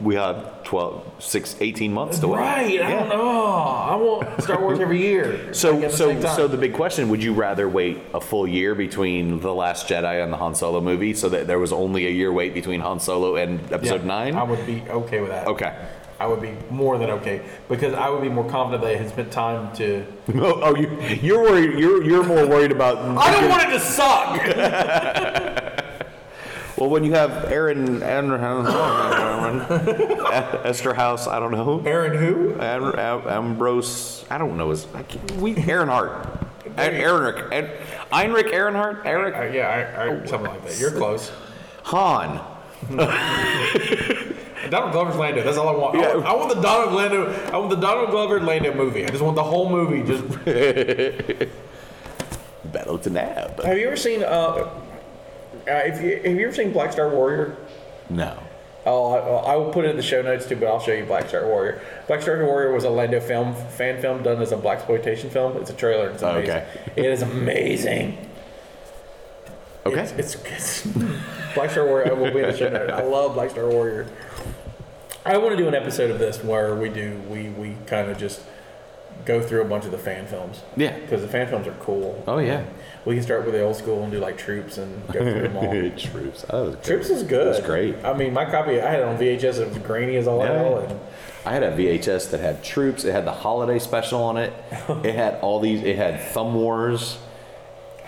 we have 12, 6, 18 months to wait.
right. I
Yeah.
don't know. I want Star Wars every year. like,
So,
at the
so,
same time.
so the big question: Would you rather wait a full year between the Last Jedi and the Han Solo movie, so that there was only a year wait between Han Solo and
Yeah,
Episode Nine?
I would be okay with that.
okay,
I would be more than okay because I would be more confident that it had spent time to.
Oh, oh, you, you're worried. You're you're more worried about.
I don't want it to suck.
Well, when you have Aaron and Esther House, I don't know.
Aaron, who?
Am, Am- Ambrose, I don't know his. I can't, we Earnhardt, Aaron, Aaron, Aaron, Heinrich Earnhardt, Eric
Uh, yeah, I, I, something like that. You're close.
Hahn.
Donald Glover's Lando. That's all I want. I
Yeah.
want- I, want the Donald Lando. I want the Donald Glover Lando movie. I just want the whole movie. Just
Battle to nab.
have you ever seen? Uh, uh, if you, have you ever seen Black Star Warrior?
No.
Oh, I, I will put it in the show notes too, but I'll show you Black Star Warrior. Black Star Warrior was a Lando film fan film done as a black exploitation film. It's a trailer. It's amazing.
Oh, Okay.
It is amazing.
Okay.
It's, it's, it's Black Star Warrior. I will be in the show notes. I love Black Star Warrior. I want to do an episode of this where we do we we kind of just go through a bunch of the fan films.
Yeah.
Because the fan films are cool.
oh yeah.
We can start with the old school and do like troops and go through them all.
Troops. That was good.
Troops is good.
That's great.
I mean, my copy I had it on VHS. It was grainy as all hell.
Yeah.
And,
I had a VHS that had Troops. It had the holiday special on it. It had all these. It had Thumb Wars.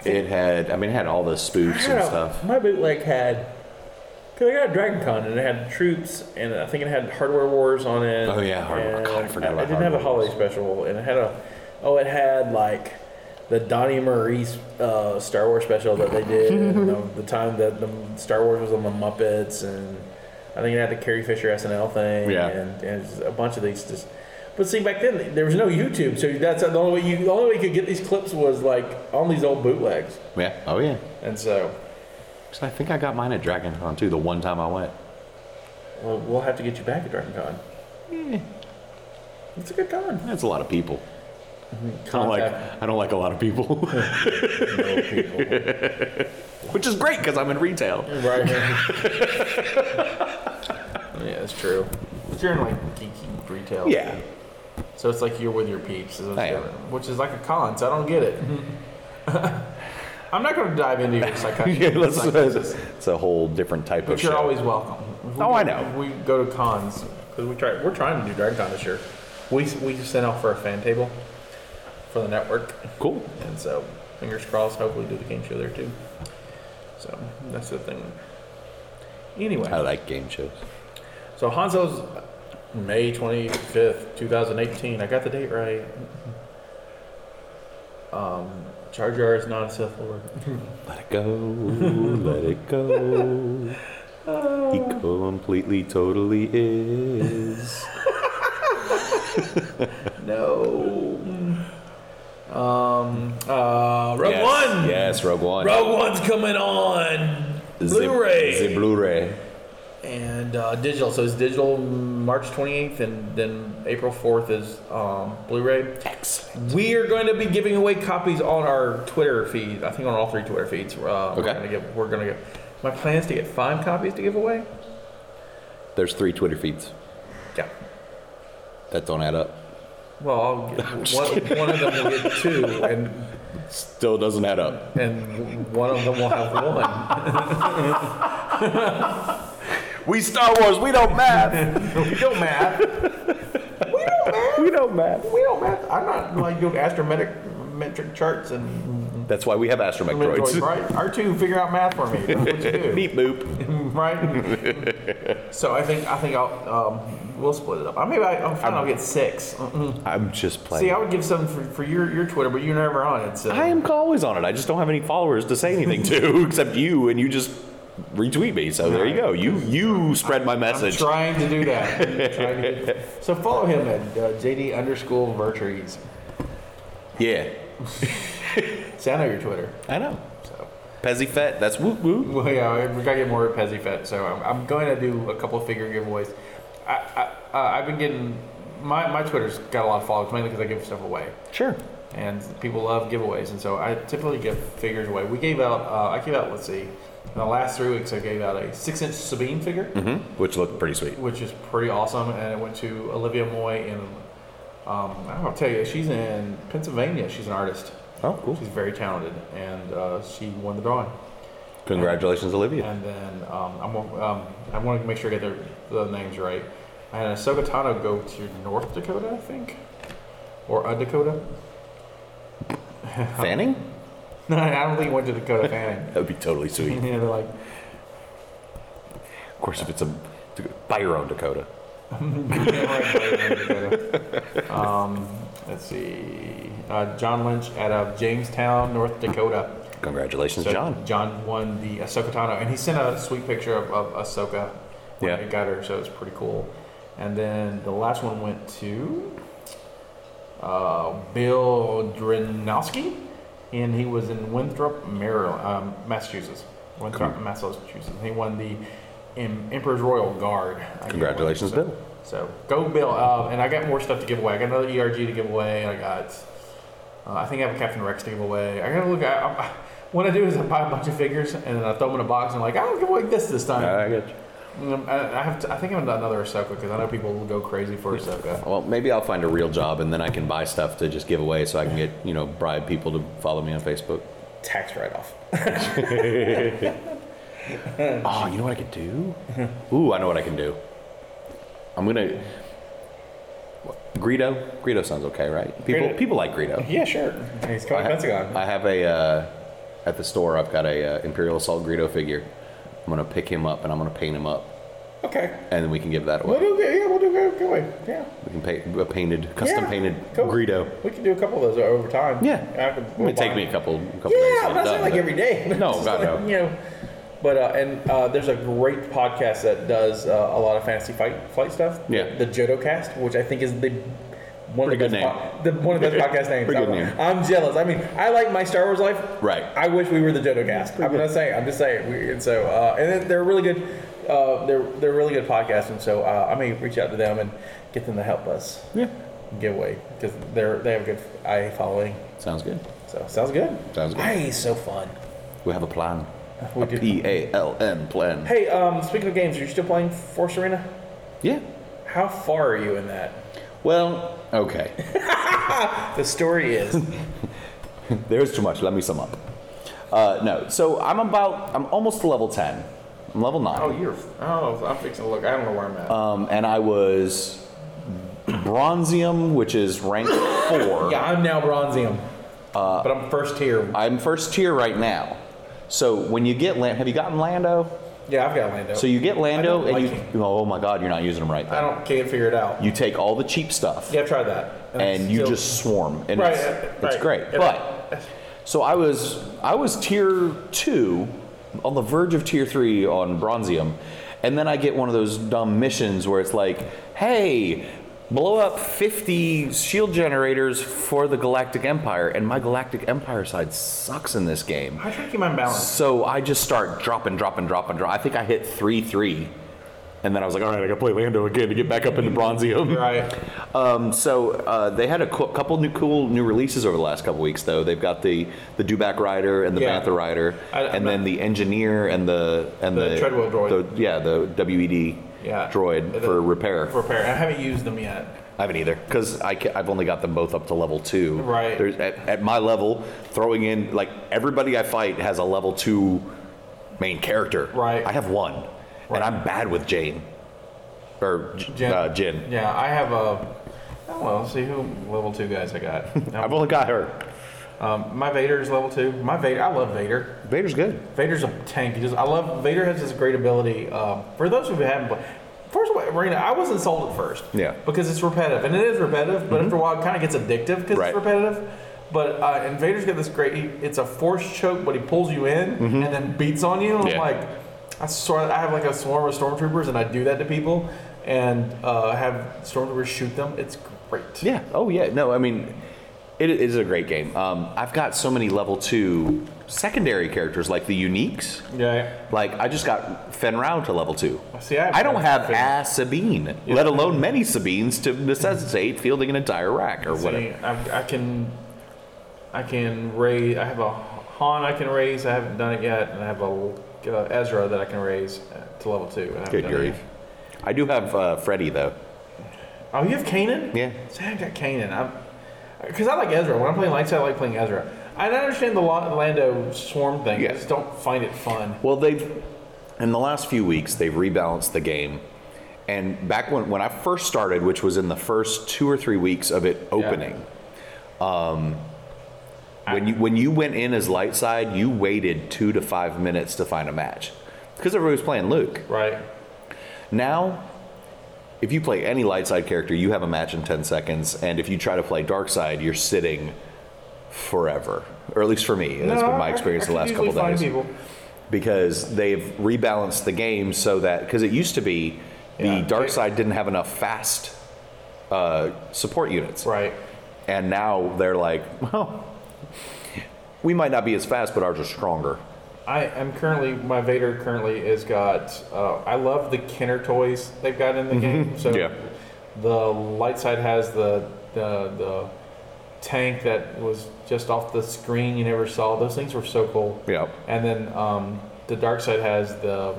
It had. I mean, it had all the spoofs
I
and
don't-
stuff.
My bootleg had. Cause I got a Dragon Con and it had troops and I think it had Hardware Wars on it.
Oh, yeah, Hardware-
and
God, I forgot
I,
about
didn't have a
Hardware Wars.
holiday special and it had a. Oh, it had like the Donnie Marie uh, Star Wars special that they did. and, um, the time that the Star Wars was on the Muppets and I think it had the Carrie Fisher SNL thing.
Yeah.
And, and just a bunch of these just. But see, back then there was no YouTube, so that's the only way you the only way you could get these clips was like on these old bootlegs,
Yeah. Oh yeah.
and so.
So I think I got mine at Dragon Con too. The one time I went.
Well, we'll have to get you back at Dragon Con. It's a good con.
That's a lot of people. I don't like. I don't like a lot of people, which is great because I'm in retail.
right. yeah, that's true. You're in like geeky retail.
Yeah.
So it's like you're with your peeps, so it's
I am.
different, which is like a con. So I don't get it. Mm-hmm. I'm not going to dive into your psychiatry.
Yeah, let's- it's, a whole different type
but
of
you're
show.
always welcome. We,
Oh, I know.
We go to cons because we try. We're trying to do Dragon Con this year. We we just sent out for a fan table for the network.
cool.
And so, fingers crossed, hopefully do the game show there too. So, that's the thing. Anyway,
I like game shows.
so Hanzo's May 25th, 2018. I got the date right. Um, Jar Jar is not a Sith Lord.
Let it go. let it go. He completely, totally is.
no. Um, uh, Rogue
yes.
One!
Yes, Rogue One.
Rogue One's coming on!
The-
Blu-ray.
The Blu-ray.
and uh, digital. So it's digital March 28th, and then April 4th is um, Blu-ray. Excellent. We are going to be giving away copies on our Twitter feed. I think on all three Twitter feeds. Uh, We're
Okay.
gonna give. We're gonna give. My plan is to get five copies to give away.
There's three Twitter feeds.
Yeah.
That don't add up.
Well, I'll get, one, one of them will get two, and
Still doesn't add up.
and one of them will have one.
We Star Wars. We don't math.
we don't math. We don't math.
we don't math.
We don't math. I'm not like doing astrometric metric charts and
That's why we have astromech droids.
right? R2, figure out math for me. That's what you do.
Beep boop.
right? so I think I think I'll um, we'll split it up. I maybe I, I'll, find I'll get six. Mm-mm.
I'm just playing.
See, I would give some for, for your your Twitter, but you're never on it. So
I am always on it. I just don't have any followers to say anything to, except you, and you just retweet me. So there you go. You you spread my
I'm
message.
trying to do that. I'm trying to do- so follow him at uh, JD underscore Vertrees.
Yeah,
See, I know your Twitter.
I know.
So
Pezzy Fett. That's woo woo.
well, yeah, we gotta get more Pezzy Fett. So I'm, I'm going to do a couple of figure giveaways. I, I uh, I've been getting my my Twitter's got a lot of followers mainly because I give stuff away.
Sure.
and people love giveaways, and so I typically give figures away. We gave out, uh, I gave out, let's see, in the last three weeks, I gave out a six-inch Sabine figure,
Hmm? Which looked pretty sweet.
which is pretty awesome, and it went to Olivia Moy in, um, I'll tell you, she's in Pennsylvania. She's an artist.
Oh, cool.
She's very talented, and uh, she won the drawing.
Congratulations, Olivia.
And then um, I'm, gonna- um, I want to make sure I get their, the names right. And Sogatano go to North Dakota, I think, or a Dakota.
Fanning?
No, I don't think he went to Dakota Fanning.
That would be totally sweet.
yeah, they're like,
Of course, if it's a buy your own Dakota.
Yeah, right, right, right, Dakota. um, let's see. Uh, John Lynch out of Jamestown, North Dakota.
Congratulations,
So
John.
John won the Ahsoka Tano, and he sent a sweet picture of, of Ahsoka when
Yeah.
it got her, so it's pretty cool. And then the last one went to uh, Bill Drenowski, and he was in Winthrop, Maryland, um, Massachusetts. Winthrop,
Hmm.
Massachusetts. He won the Em- Emperor's Royal Guard. I guess.
Congratulations,
So-
Bill.
So go, Bill. Uh, and I got more stuff to give away. I got another ERG to give away. I got. Uh, I think I have a Captain Rex to give away. I gotta look. I, I, what I do is I buy a bunch of figures and then I throw them in a box and I'm like, I don't give away this this time.
I got you.
Mm, I, I have. To, I think I'm gonna do another Ahsoka because I know people will go crazy for Ahsoka.
Well, maybe I'll find a real job and then I can buy stuff to just give away so I can get, you know, bribe people to follow me on Facebook.
Tax write-off.
Oh, you know what I could do? Ooh, I know what I can do. I'm gonna Greedo. Greedo sounds okay, right? People
Greedo.
people like Greedo.
Yeah, sure. He's
I
called
ha-
Pentagon.
I have a uh, at the store. I've got a uh, Imperial Assault Greedo figure. I'm gonna pick him up and I'm gonna paint him up,
Okay.
and then we can give that
We'll
away.
do. Yeah, we'll do. Go, go away. Yeah.
We can paint a painted, custom
Yeah,
painted
cool.
Greedo.
We can do a couple of those over time.
Yeah,
I could,
it
we'll
would take
buy
me
them.
a couple. couple days
Yeah,
to
I'm
get
not saying
done,
like
but-
every day. but
No,
it's just
God,
like,
no.
You know, but uh, and uh, there's a great podcast that does uh, a lot of fantasy fight flight stuff.
Yeah.
the Jodo Cast, which I think is the one
Pretty
of the
good
best po- the one of the best podcast names.
Pretty
I'm,
good name.
I'm jealous. I mean, I like my Star Wars life.
Right.
I wish we were the Jodo Cast. I'm not saying. I'm just saying. We, and so, uh, and then they're really good. Uh, they're they're really good podcasts, and so uh, I may reach out to them and get them to help us. Yeah. Giveaway because they're they have a good eye following.
Sounds good.
So sounds good.
Sounds good.
Hey, so fun.
We have a plan.
We
A
do.
P A L N plan.
Hey, um, speaking of games, are you still playing Force Arena?
Yeah.
How far are you in that?
Well, okay.
The story is
There's too much. Let me sum up. Uh, no. So I'm about. I'm almost to level ten. I'm level nine.
oh, you're oh, I'm fixing to look. I don't know where I'm at.
um, and I was bronzium, which is rank four.
yeah, I'm now Bronzium,
uh,
but I'm first tier.
I'm first tier right now. So when you get Lando, have you gotten Lando?
yeah, I've got Lando.
So you get Lando
I don't
and
like
you, oh my God, you're not using them right.
I
Then.
don't can't figure it out.
You take all the cheap stuff
yeah, I've tried that,
and
it's
you
still-
just swarm, and
Right,
it's,
uh,
it's
right.
great.
Yeah.
But so I was I was tier two, on the verge of tier three on Bronzium, and then I get one of those dumb missions where it's like, hey. Blow up 50 shield generators for the Galactic Empire, and my Galactic Empire side sucks in this game.
I try to keep my balance.
So I just start dropping, dropping, dropping, dropping. I think I hit three, three, and then I was like, all right, I gotta play Lando again to get back up into Bronzium.
Right.
Um, so uh, they had a cou- couple new cool new releases over the last couple weeks, though. They've got the the Dewback Rider and the
Yeah.
Bantha Rider,
I- I'm
and then
not-
the Engineer and the and
The
the,
Treadwell droid.
the- yeah, the WED
Yeah.
droid
The-
for repair.
Repair. I haven't used them yet.
I haven't either because I ca- I've only got them both up to level two.
Right.
There's, at, at my level, throwing in like everybody I fight has a level two main character.
Right.
I have one, and I'm bad with Jane or J-
Jin.
Uh, Jin.
Yeah, I have a. Oh well, let's see who level two guys I got.
I've only got her.
um, my Vader is level two. My Vader, I love Vader.
Vader's good.
Vader's a tank. He just, I love Vader has this great ability. Um, for those who haven't played, first of all, Marina, I wasn't sold at first.
Yeah. Mm-hmm.
Because it's repetitive, and it is repetitive. But after a while, it kind of gets addictive because
Right.
it's repetitive. But uh, and Vader's got this great. He, it's a force choke, but he pulls you in and then beats on you. And
Mm-hmm. Yeah.
I'm like, I swear, I have like a swarm of stormtroopers, and I do that to people, and uh, have stormtroopers shoot them. It's great.
Yeah. Oh yeah. No, I mean, it is a great game. Um, I've got so many level two secondary characters like the uniques.
Yeah.
Like I just got Fenrau to level two.
See, I have
don't
Fen-
have
Fen-
a Sabine, let alone many Sabines to necessitate fielding an entire rack or
See,
whatever.
I, I can, I can raise. I have a Han I can raise. I haven't done it yet, and I have a uh, Ezra that I can raise uh, to level two. and I haven't
Good
done it
grief. I do have uh, Freddy though.
yet. Oh, you have Kanan?
Yeah.
See, I got Kanan. I'm, because I like Ezra. When I'm playing lights, I like playing Ezra. I don't understand the Lo- Lando swarm thing.
Yeah.
I just don't find it fun.
Well, they've in the last few weeks they've rebalanced the game, And back when, when I first started, which was in the first two or three weeks of it opening, um, when you when you went in as light side, you waited two to five minutes to find a match because everybody was playing Luke.
Right.
Now, if you play any light side character, you have a match in 10 seconds, and if you try to play dark side, you're sitting forever. Or at least for me, that's
No,
been
I-
my experience
I
the
could
last
usually
couple
find
days.
people.
Because they've rebalanced the game so that, because it used to be the
Yeah.
dark side didn't have enough fast uh, support units.
Right.
And now they're like, well, we might not be as fast, but ours are stronger.
I am currently my Vader currently has got. Uh, I love the Kenner toys they've got in the game. So
Mm-hmm. Yeah.
the light side has the the the tank that was just off the screen you never saw. Those things were so cool.
Yeah.
And then um, the dark side has the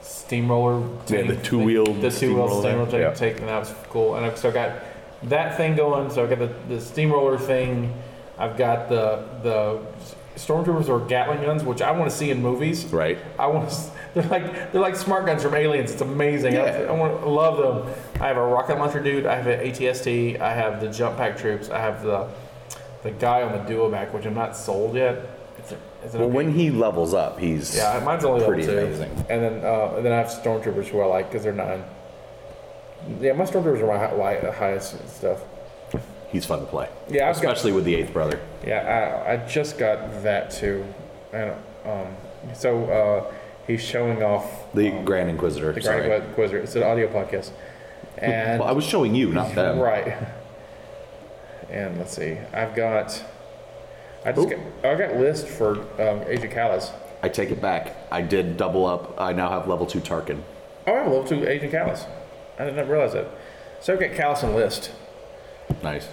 steamroller.
Yeah, the
tank,
two-wheeled
The two wheeled
steamroller.
steamroller tank,
Yeah.
tank, and that was cool. And I've still got that thing going. So I've got the, the steamroller thing. I've got the the stormtroopers or Gatling guns, which I want to see in movies.
Right.
I want to. They're like they're like smart guns from Aliens. It's amazing. I-
Yeah.
I, want I love them. I have a rocket launcher dude. I have an ATST. I have the jump pack troops. I have the the guy on the duo back, which I'm not sold yet. It's a, it's an
Well,
okay
when he levels up, he's
yeah, mine's only
pretty
level two.
amazing.
And then uh, and then I have stormtroopers who I like because they're nine. Yeah, my stormtroopers are my hi- li- highest and stuff.
He's fun to play.
Yeah, I've got-
especially with the eighth brother.
Yeah, I, I just got that too, and um, so uh, he's showing off
The Grand Inquisitor.
the
sorry.
Grand Inquisitor. It's an audio podcast, and
Well, I was showing you, not them.
right. And let's see, I've got. I just
Oop.
got, I got list for um, Agent Callis.
I take it back. I did double up. I now have level two Tarkin.
Oh, I have level two Agent Callus. I did not realize that. So I've got Callus and List.
Nice.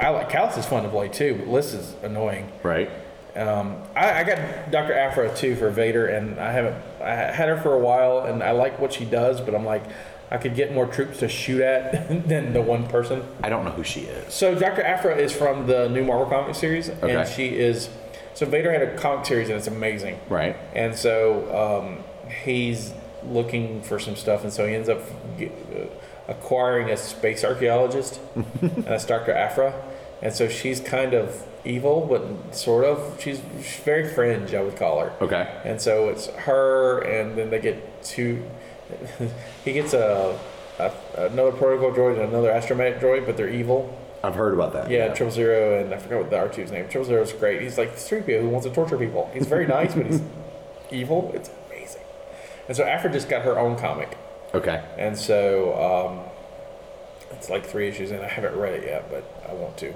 I like Callus is fun to play too, but List is annoying.
Right?
Um, I, I got Dr. Afra too for Vader, and I haven't. I had her for a while, and I like what she does, but I'm like, I could get more troops to shoot at than the one person.
I don't know who she is.
So Dr. Afra is from the new Marvel comic series,
Okay.
and she is. So Vader had a comic series, and it's amazing.
Right.
And so um, he's looking for some stuff, and so he ends up ge- uh, acquiring a space archaeologist, and that's Dr. Afra. And so she's kind of evil, but sort of. She's she's very fringe, I would call her.
Okay.
And so it's her, and then they get two. he gets a, a another protocol droid and another astromatic droid, but they're evil.
I've heard about that.
Yeah, Triple Zero, and I forgot what the R2's name. Triple Zero is great. He's like three people who wants to torture people. He's very nice, but he's evil. It's amazing. And so Afra just got her own comic,
Okay.
and so um, it's like three issues, and I haven't read it yet, but I want to.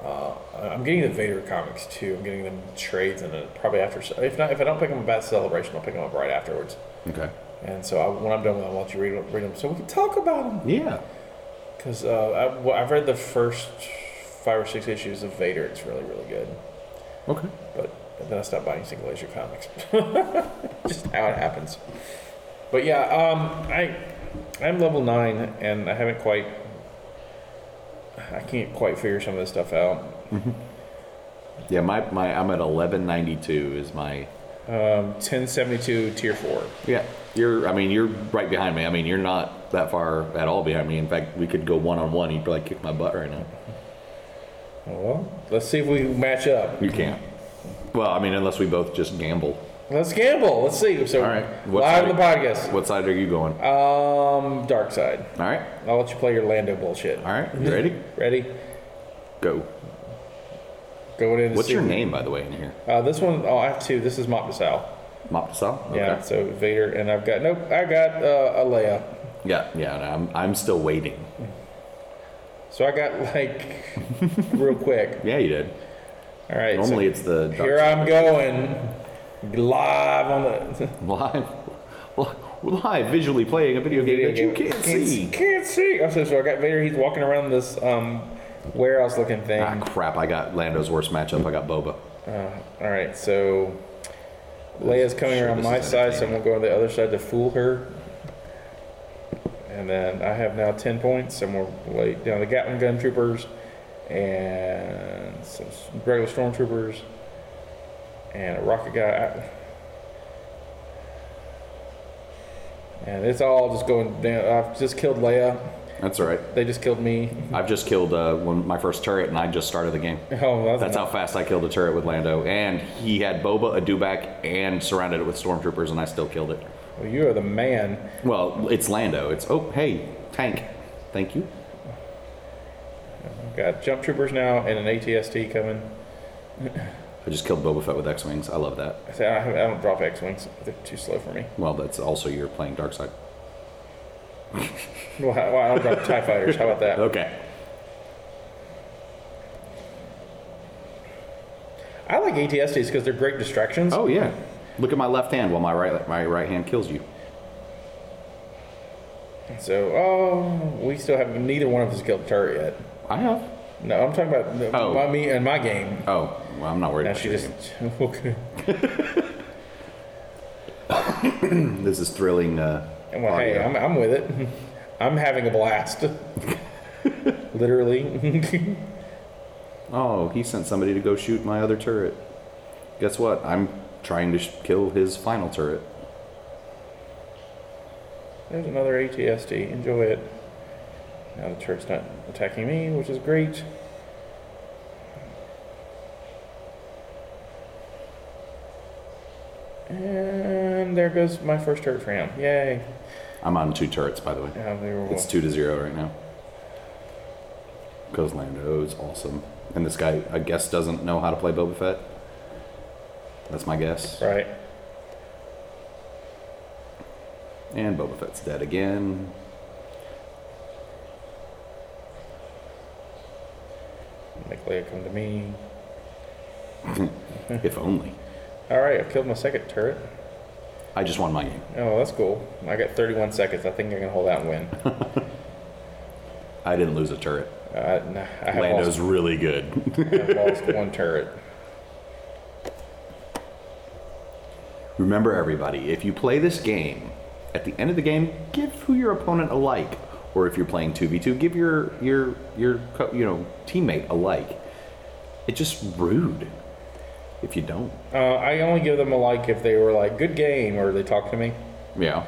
Uh, I'm getting the Vader comics too. I'm getting them trades, and then probably after. If not, if I don't pick them up at Celebration, I'll pick them up right afterwards.
Okay.
And so I, when I'm done with them, I'll let you read, 'em- read them so we can talk about them.
Yeah.
Because uh, I, well, I've read the first five or six issues of Vader. It's really, really good.
Okay.
But then I stopped buying single issue comics. Just how it happens. But yeah, um, I I'm level nine, and I haven't quite. I can't quite figure some of this stuff out.
Yeah, my, my I'm at eleven ninety two is my
Ten seventy two tier four.
Yeah. You're I mean, you're right behind me. I mean you're not that far at all behind me. In fact, we could go one on one, you'd probably kick my butt right now.
Well, let's see if we match up.
You can't. Well, I mean unless we both just gamble.
Let's gamble. Let's see. So
All right. What
live on the
side-
podcast.
What side are you going? All
Um, dark side.
right.
I'll let you play your Lando bullshit.
All right. You ready?
Ready?
Go.
Going in. to
What's
see
your
if we-
name, by the way, in here?
Uh, this one, oh, I have two. This is Mop Masal.
Mopsal?
Yeah, so Vader, and I've got, nope, I got uh, Alea.
Yeah, yeah, and I'm, I'm still waiting.
So I got like, real quick.
Yeah, you did.
All right. so
Normally it's the dark
Here I'm going live on the
live, live visually playing a video game
video
that
game.
you can't see.
Can't see. Oh, so, so I got Vader, he's walking around this um, warehouse looking thing.
Ah, crap! I got Lando's worst matchup. I got Boba.
All right, so Leia's coming
sure
around
this
my
is
side, so I'm gonna go on the other side to fool her. And then I have now ten points, and we're like down the Gatling gun troopers and some s- regular stormtroopers and a rocket guy. And it's all just going down. I've just killed Leia.
That's all right.
They just killed me.
I've just killed uh, one, my first turret, and I just started the game.
Oh, that's
That's how fast I killed a turret with Lando. And he had Boba, a Dubak, and surrounded it with stormtroopers, and I still killed it.
Well, you are the man.
Well, it's Lando. It's, oh, hey, tank. Thank you.
Got jump troopers now and an ATST coming.
I just killed Boba Fett with X Wings. I love that.
I say I, I don't drop X wings; they're too slow for me.
Well, that's also you're playing Dark Side.
Well, I, well, I don't drop Tie fighters. How about that?
Okay.
I like ATSTs because they're great distractions.
Oh, yeah. Look at my left hand while my right, my right hand kills you.
So, oh, we still have neither one of us killed a turret
I have.
yet. No, I'm talking about the-
Oh.
my, me and my game.
Oh, well, I'm not worried
Now
about
she
your
just okay.
game. This is thrilling. Uh,
Well, hey,
audio.
I'm, I'm with it. I'm having a blast. Literally.
Oh, he sent somebody to go shoot my other turret. Guess what? I'm trying to sh- kill his final turret.
There's another ATSD. Enjoy it. Now the turret's not attacking me, which is great. And there goes my first turret for him. Yay.
I'm on two turrets, by the way.
Yeah, they were
It's two to zero right now. Because Lando is awesome. And this guy, I guess, doesn't know how to play Boba Fett. That's my guess.
Right.
And Boba Fett's dead again.
Make Leia come to me. Hmm.
if only.
Alright, I killed my second turret.
I just won my game.
Oh, that's cool. I got 31 seconds. I think I can hold out and win.
I didn't lose a turret.
Uh, nah, I have lost
Lando's really good.
I've lost one turret.
Remember, everybody, if you play this game, at the end of the game, give who your opponent a like, or if you're playing two v two, give your your your co- you know teammate a like. It's just rude if you don't.
Uh, I only give them a like if they were like, good game, or they talk to me.
Yeah,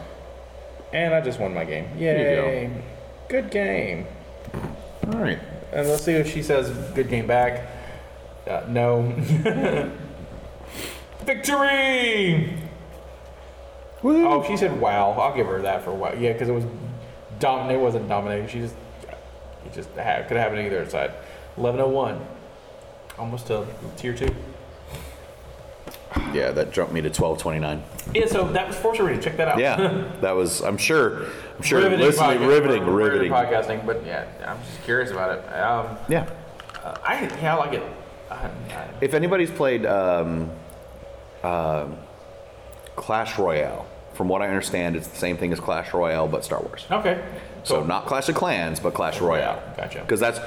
And I just won my game.
There you
Yay. Good game.
all right.
And let's see if she says good game back. Uh, no. Victory! Oh, she said wow. I'll give her that for wow. Yeah, because it was dominant. It wasn't dominating. She just, it just ha- could have happened either side. 1101. Almost to tier two.
Yeah, that jumped me to twelve twenty nine.
Yeah, so that was Force Arena. Check that out.
Yeah, that was. I'm sure. I'm sure.
Riveting
listening,
podcast-
riveting,
riveting
riveting.
podcasting, but yeah, I'm just curious about it. Um,
Yeah.
uh, I yeah, I like it. I, I,
If anybody's played um, um Clash Royale, from what I understand, it's the same thing as Clash Royale but Star Wars.
Okay.
So not Clash of Clans, but Clash Royale.
Gotcha.
Because that's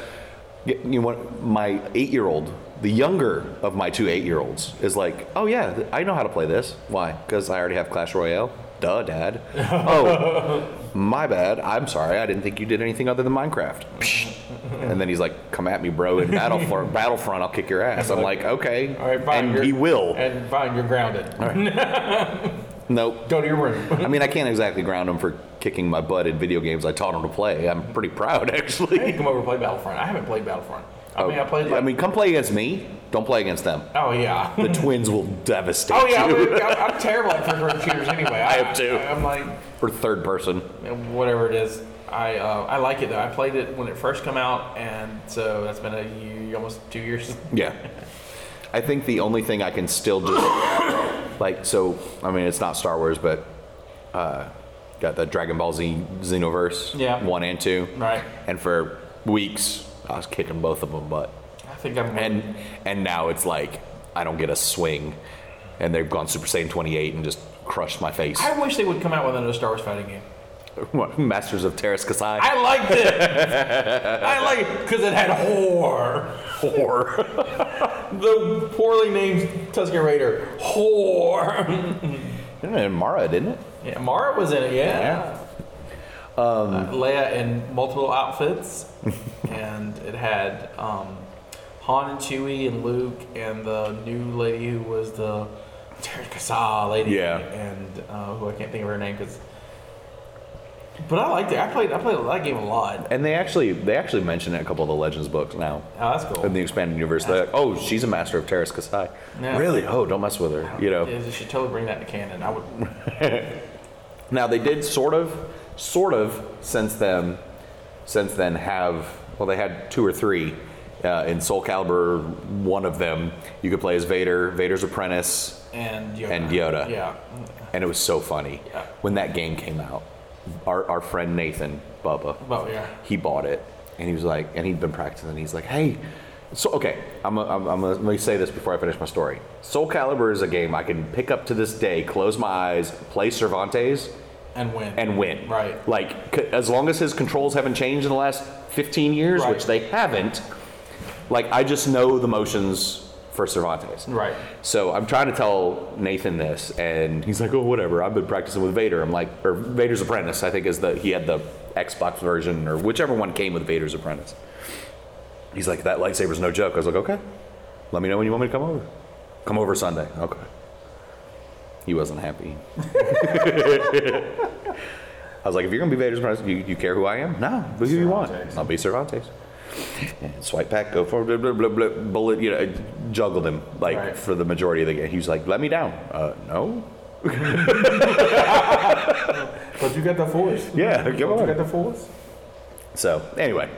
y- you want my eight-year-old, the younger of my two eight-year-olds, is like, oh yeah, th- I know how to play this. Why? Because I already have Clash Royale. Duh, Dad. oh, my bad. I'm sorry. I didn't think you did anything other than Minecraft. Psh. and then he's like, come at me, bro. In Battlefront, Battlefront, I'll kick your ass. I'm like, okay.
All right, fine.
and
you're-
he will.
And fine, you're grounded.
nope.
Go to your room.
I mean, I can't exactly ground him for kicking my butt in video games I taught him to play. I'm pretty proud, actually.
Hey, come over and play Battlefront. I haven't played Battlefront. I mean, I played. Like,
I mean, come play against Oh, me. Don't play against them.
oh yeah.
The twins will devastate
oh yeah. I
you.
mean, I'm, I'm terrible at first person shooters anyway.
I am too.
I, am like
or third person.
whatever it is. I uh, I like it though. I played it when it first come out, and so that's been a year, almost two years.
Yeah. I think the only thing I can still just like so. I mean, it's not Star Wars, but uh, got the Dragon Ball Z Xenoverse.
Yeah.
One and two.
Right.
And for weeks, I was kicking both of them butt.
I think I'm.
and and now it's like I don't get a swing, and they've gone Super Saiyan 28 and just crushed my face.
I wish they would come out with another Star Wars fighting game.
What, Masters of Terras Kasai.
I liked it. I like it because it had horror.
Whore.
The poorly named Tusken Raider. Whore.
and Mara, didn't it?
yeah, Mara was in it, yeah. Um, Leia in multiple outfits. and it had um, Han and Chewie and Luke and the new lady who was the Terry Kassaw lady.
Yeah.
And uh, who I can't think of her name because But I liked it. I played I played that game a lot.
And they actually they actually mention it in a couple of the Legends books now.
Oh, that's cool.
In the expanded universe, they're like, oh, she's a master of Terras Kasai.
Yeah.
Really? Oh, don't mess with her. You know.
Yeah, you should totally bring that to canon. I would.
Now they did sort of, sort of since then, since then have well they had two or three uh, in Soul Calibur. One of them you could play as Vader, Vader's apprentice,
And Yoda.
and Yoda.
Yeah.
And it was so funny
Yeah.
when that game came out. Our our friend Nathan Bubba,
Bubba, yeah.
he bought it and he was like, and he'd been practicing. and He's like, hey. So okay, I'm i I'm, I'm a, let me say this before I finish my story. Soul Calibur is a game I can pick up to this day, close my eyes, play Cervantes,
And win.
and win.
Right.
Like c- as long as his controls haven't changed in the last 15 years,
Right.
which they haven't. Like I just know the motions for Cervantes.
Right.
So I'm trying to tell Nathan this, and he's like, "Oh, whatever. I've been practicing with Vader. I'm like, or Vader's Apprentice. I think is the he had the Xbox version or whichever one came with Vader's Apprentice." He's like, "That lightsaber's no joke." I was like, "Okay, let me know when you want me to come over. Come over Sunday." Okay. He wasn't happy. I was like, if you're gonna be Vader's apprentice, you, you care who I am? No, be who you want. I'll be Cervantes. And swipe back, go forward, blah, blah, blah, blah, bullet, you know, I juggled him like
Right.
for the majority of the game. He was like, let me down. Uh, no.
But you got the force.
Yeah,
But
come
You
on.
got the force.
So anyway,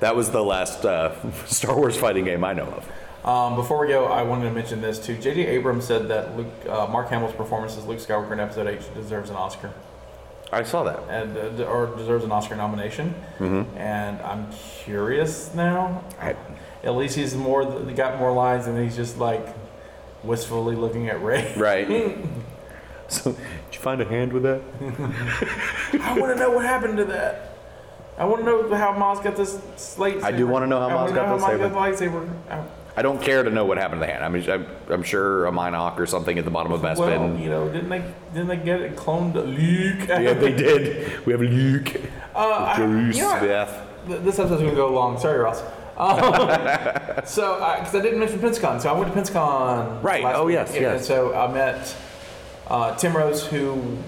that was the last uh, Star Wars fighting game I know of.
Um, before we go, I wanted to mention this too. J.J. Abrams said that Luke, uh, Mark Hamill's performance as Luke Skywalker in Episode Eight deserves an Oscar,
I saw that.
and uh, d- or deserves an Oscar nomination.
Mm-hmm.
And I'm curious now.
I,
At least he's more th- got more lines, and he's just like wistfully looking at Ray.
right. so did you find a hand with that?
I want to know what happened to that. I want to know how Maz got this slate.
I do wanna know how Maz got this
lightsaber. I-
I don't care to know what happened to the hand. I mean, I'm, I'm sure a Minoc or something at the bottom of Bespin.
Well, you know, didn't they didn't they get it cloned Luke?
yeah, they did. We have Luke.
Uh, I-
Jerusalem.
you know what? Th- This episode's gonna go long. Sorry, Ross. Um, so, because I didn't mention PinCon, so I went to PinCon.
Right.
last
Oh,
week,
yes,
and-
yes.
And so I met uh, Tim Rose, who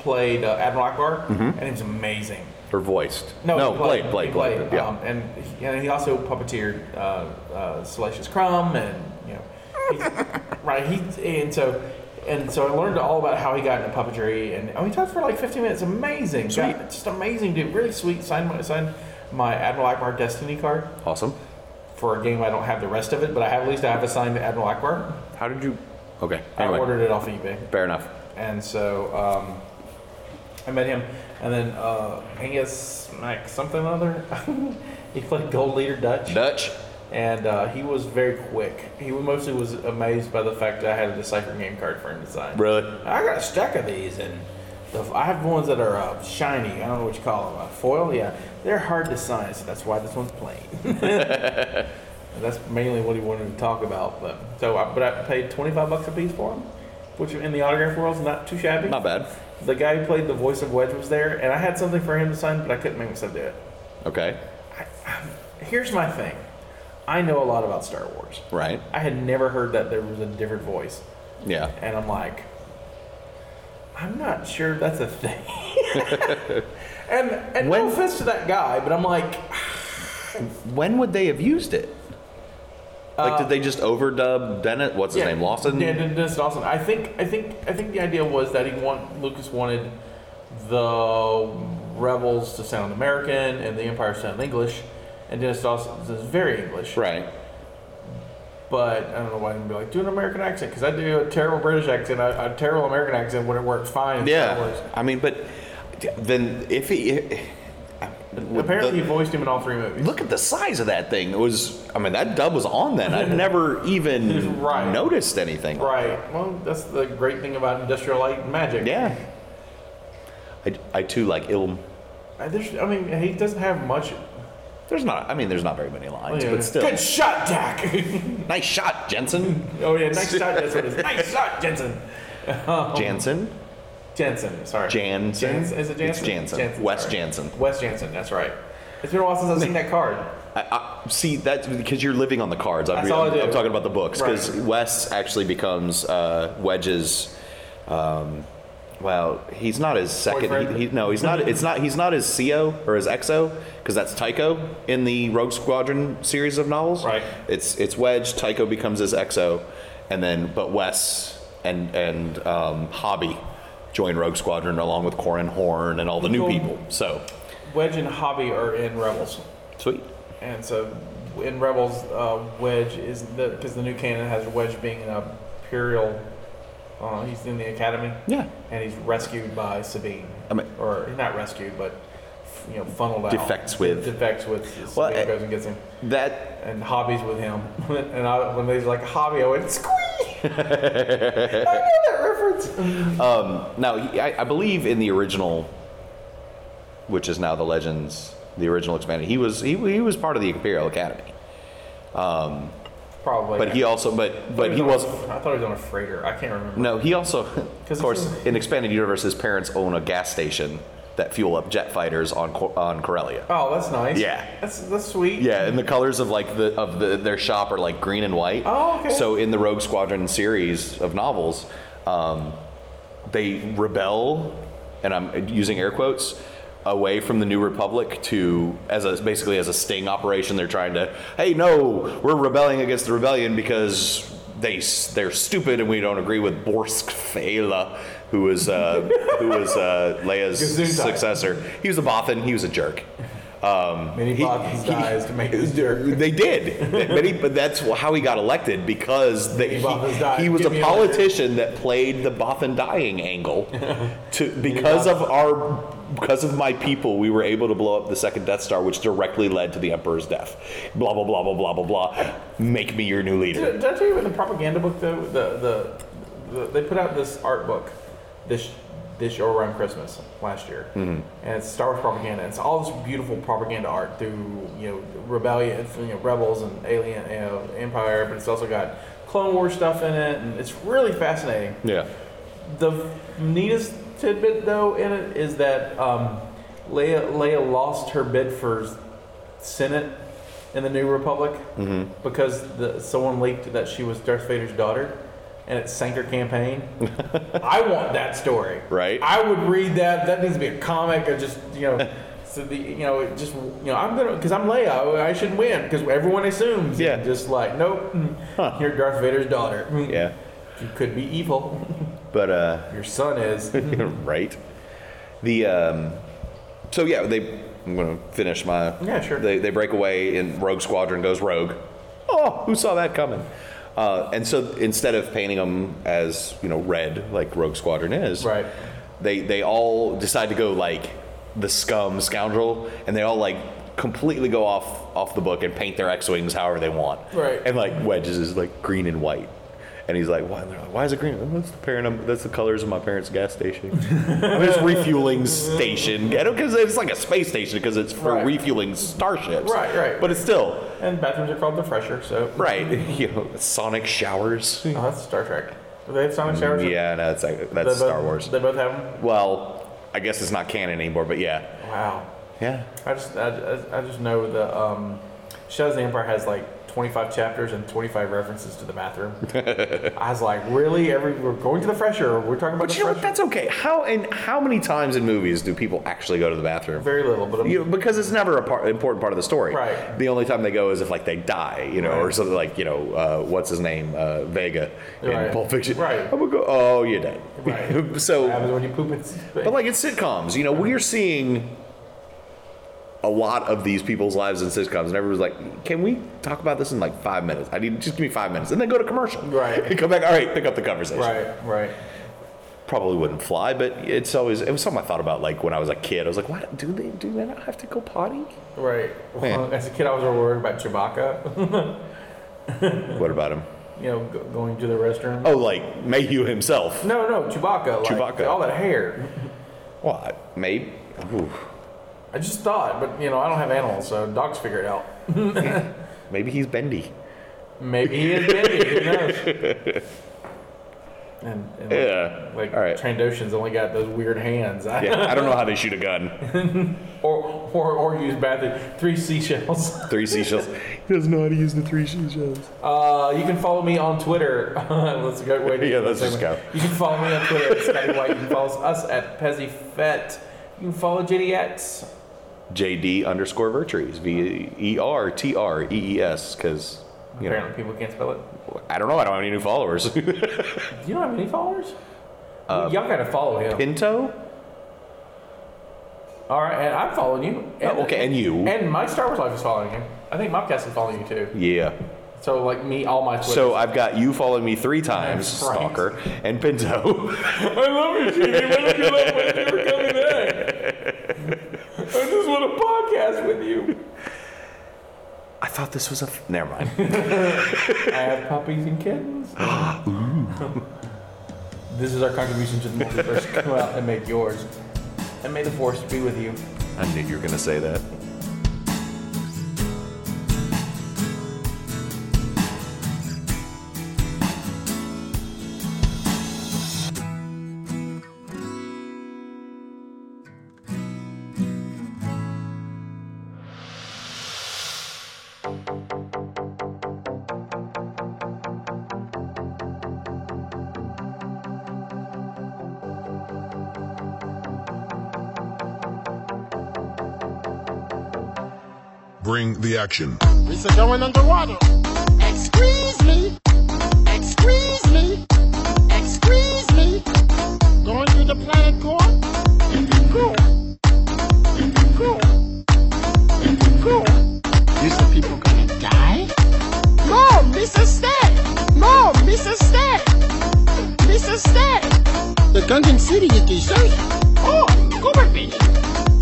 played uh, Admiral Akbar,
Mm-hmm.
and he was amazing.
Or voiced.
he
Blade,
He
Blade, Blade.
played,
yeah.
um, and, he, and he also puppeteered uh, uh, Salacious Crumb, and you know, he- right? He and so and so I learned all about how he got into puppetry, and oh, he talked for like 15 minutes. Amazing, Guy,
Sweet.
just amazing dude. Really sweet. Signed my signed my Admiral Akbar Destiny card
awesome.
for a game I don't have the rest of it, but I have at least I have a signed Admiral Akbar.
How did you? Okay.
I
Anyway,
ordered it off eBay.
fair enough.
And so um, I met him, and then uh, Angus Mac something or other. he played gold leader Dutch,
Dutch.
and uh, he was very quick. He mostly was amazed by the fact that I had a decipher game card for him to sign.
Really?
I got a stack of these, and the, I have ones that are uh, shiny. I don't know what you call them. Uh, foil? Yeah, they're hard to sign, so that's why this one's plain. And that's mainly what he wanted to talk about. But so, I, but I paid twenty five bucks a piece for them, which in the autograph world is not too shabby.
Not bad.
The guy who played the voice of Wedge was there, and I had something for him to sign, but I couldn't make myself do it.
Okay.
Here's my thing: I know a lot about Star Wars.
Right.
I had never heard that there was a different voice,
Yeah.
and I'm like, I'm not sure that's a thing. and and
When-
no offense to that guy, but I'm like,
When would they have used it? Like, did they just overdub Dennis? What's his
Uh, Yeah,
name? Lawson.
Yeah, Den- Dennis Lawson. I think I think I think the idea was that he want Lucas wanted the rebels to sound American and the Empire to sound English, and Dennis Lawson is very English.
Right.
But I don't know why he'd be like do an American accent because I do a terrible British accent, a, a terrible American accent when it works fine. in Star Wars.
Yeah. I mean, but then if he.
Apparently,
the-
he voiced him in all three movies.
Look at the size of that thing. It was, I mean, that dub was on then. I'd never even
Right.
noticed anything.
Right. Well, that's the great thing about Industrial Light and Magic.
Yeah. I, I too like Ilm.
I, there's- I mean, he doesn't have much.
There's not, I mean, there's not very many lines,
Oh, Yeah.
but still.
Good shot, Dak.
Nice shot, Jensen.
Oh yeah, nice shot, that's what it is. Nice shot, Jensen. Oh.
Jansen.
Jensen, sorry.
Jansen?
Jans- is it Jansen?
It's Jansen. Wes Jansen.
Wes Jansen, that's right. It's been a while since I've seen that card.
I, I, see, that's because you're living on the cards. I'm,
That's all I do.
I'm talking about the books because
Right.
Wes actually becomes uh, Wedge's um, Well, he's not his second.
Boyfriend?
He, he, no, he's not. It's not. He's not his CO or his XO because that's Tycho in the Rogue Squadron series of novels.
Right.
It's it's Wedge. Tycho becomes his XO, and then but Wes and and um, Hobby join Rogue Squadron along with Corin Horn and all the new
Cool.
people. So
Wedge and Hobby are in Rebels,
sweet.
and so in Rebels, uh, Wedge is the because the new canon has Wedge being an imperial. Uh, he's in the academy.
Yeah.
and he's rescued by Sabine.
I mean-
or not rescued, but you know, funneled out.
Defects with.
Defects with. Sabine
Well, eh,
goes and gets him,
That
and Hobby's with him. and I, when he's like Hobby, I went squee. I know that reference.
Now, he- I, I believe in the original, which is now the Legends, the original expanded. He was he, he was part of the Imperial Academy,
Probably.
but he also but but he
on-
was
I thought he was on a freighter. I can't remember.
no he also of course in expanded universe his parents own a gas station that fuel up jet fighters on Cor- on Corellia.
Oh, that's nice.
Yeah.
That's that's sweet.
Yeah, and the colors of like the of the their shop are like green and white.
Oh, okay.
So in the Rogue Squadron series of novels, um, they rebel, and I'm using air quotes, away from the New Republic to as a basically as a sting operation. They're trying to, hey, no, we're rebelling against the rebellion because they s- they're stupid and we don't agree with Borsk Fela, who is uh, who is uh, Leia's
Gesundheit.
successor. He was a Bothan. He was a jerk. Um,
Many
he-
Bothans
he-
dies to make this dirt.
they did. But he- but that's how he got elected because they,
Many Bothans
he,
died.
he was
Give
a
me a letter.
politician that played the Bothan dying angle. To because of our because of my people, we were able to blow up the second Death Star, which directly led to the Emperor's death. Blah blah blah blah blah blah blah. Make me your new
Did,
leader.
did I tell you in the propaganda book though? The, the the they put out this art book, this this year around Christmas last year, and it's Star Wars propaganda. It's all this beautiful propaganda art through you know rebellion, you know, rebels and alien you know, empire, but it's also got Clone War stuff in it, and it's really fascinating.
Yeah.
The neatest tidbit, though, in it is that um, Leia, Leia lost her bid for Senate in the New Republic
Mm-hmm.
because the, someone leaked that she was Darth Vader's daughter, and it sank her campaign. I want that story.
Right.
I would read that. That needs to be a comic, or just you know. So the you know it just you know I'm gonna because I'm Leia I should win because everyone assumes
Yeah.
just like nope mm, you're Darth Vader's daughter Mm,
Yeah.
you could be evil
But uh
your son is.
right? The um, so yeah, they. I'm gonna finish my.
Yeah, sure.
They, they break away and Rogue Squadron goes rogue. Oh, who saw that coming? Uh, and so instead of painting them as you know red like Rogue Squadron is,
Right.
They they all decide to go like the scum scoundrel, and they all like completely go off off the book and paint their X-wings however they want.
Right.
And like wedges is like green and white. And he's like, why? And they're like, why is it green? That's the parent. That's the colors of my parents' gas station. I mean, it's refueling station. I don't because it's like a space station because it's for
Right.
refueling starships.
Right, right.
But it's still
And bathrooms are called the fresher, so
right. You know, sonic showers.
Oh, that's Star Trek. Do they have sonic showers?
Mm, Yeah, no, that's like,
They
that's
both-
Star Wars.
They both have them.
Well, I guess it's not canon anymore, but yeah,
Wow.
yeah.
I just I, I, I just know the um, Shadows of the Empire has like 25 chapters and 25 references to the bathroom. I was like, really? Every we're going to the fresher. We're talking about
But
the
you know what?
fresher.
That's okay. How and how many times in movies do people actually go to the bathroom?
Very little, but I'm,
you know, because it's never a part, important part of the story.
Right.
The only time they go is if like they die, you know, or
Right.
something like you know, uh, what's his name, uh, Vega in
Right.
Pulp Fiction.
Right.
I'm gonna go. Oh, you died.
Right. what happens
so,
when you poop in space.
but like it's sitcoms, you know, we're seeing a lot of these people's lives in sitcoms, and everyone's like, "Can we talk about this in like five minutes? I need just give me five minutes, and then go to commercial.
Right.
And come back. All right, pick up the conversation.
right, right.
Probably wouldn't fly, but it's always it was something I thought about like when I was a kid. I was like, "What do they do? They not have to go potty?
Right.
Man.
as a kid, I was worried about Chewbacca,
What about him?"
you know, go, going to the restroom.
Oh, like Mayhew himself.
No, no, Chewbacca. Like,
Chewbacca.
All that hair.
What? Maybe. ooh,
I just thought, but you know, I don't have animals, so dogs figure it out.
Maybe he's bendy.
Maybe he is Bendy. Who knows? And, and
Yeah.
like
All right.
Trandoshan's only got those weird hands. I,
Yeah, I don't know how they shoot a gun.
or, or or use bad three seashells.
Three seashells. He doesn't know how to use the three seashells.
Uh, you can follow me on Twitter. let's go. Wait,
Yeah, let's just go.
You can follow me on Twitter at Scotty White. You can follow us at Pezzy Fett. You can follow JD X.
JD underscore Vertrees. V E R T R E E S. Because, you know,
Apparently, people can't spell it.
I don't know. I don't have any new followers.
Do you not have any followers?
Uh,
Y'all gotta follow him.
Pinto?
All right, and I'm following you.
Oh, okay, and you.
And my Star Wars life is following you. I think Mobcast is following you too.
Yeah.
So like me, all my Twitter.
So I've got you following me three times,
That's right.
Stalker, and Pinto.
I love you, Jimmy. I look you up when you were coming back. I just want a podcast with you.
I thought this was a. F- Never mind.
I have puppies and kittens. this is our contribution to the multiverse. Go out and make yours. And may the force be with you.
I knew you were going to say that.
Bring the action.
It's a going underwater. Excuse me. Excuse me. Excuse me. Going through the planet core. Cool. Cool. Cool. You said people gonna die? No, Mr. Stat. No, Mr. Stat. Mr. Stat. The Gungan City is deserted. Oh, Cooper Beach.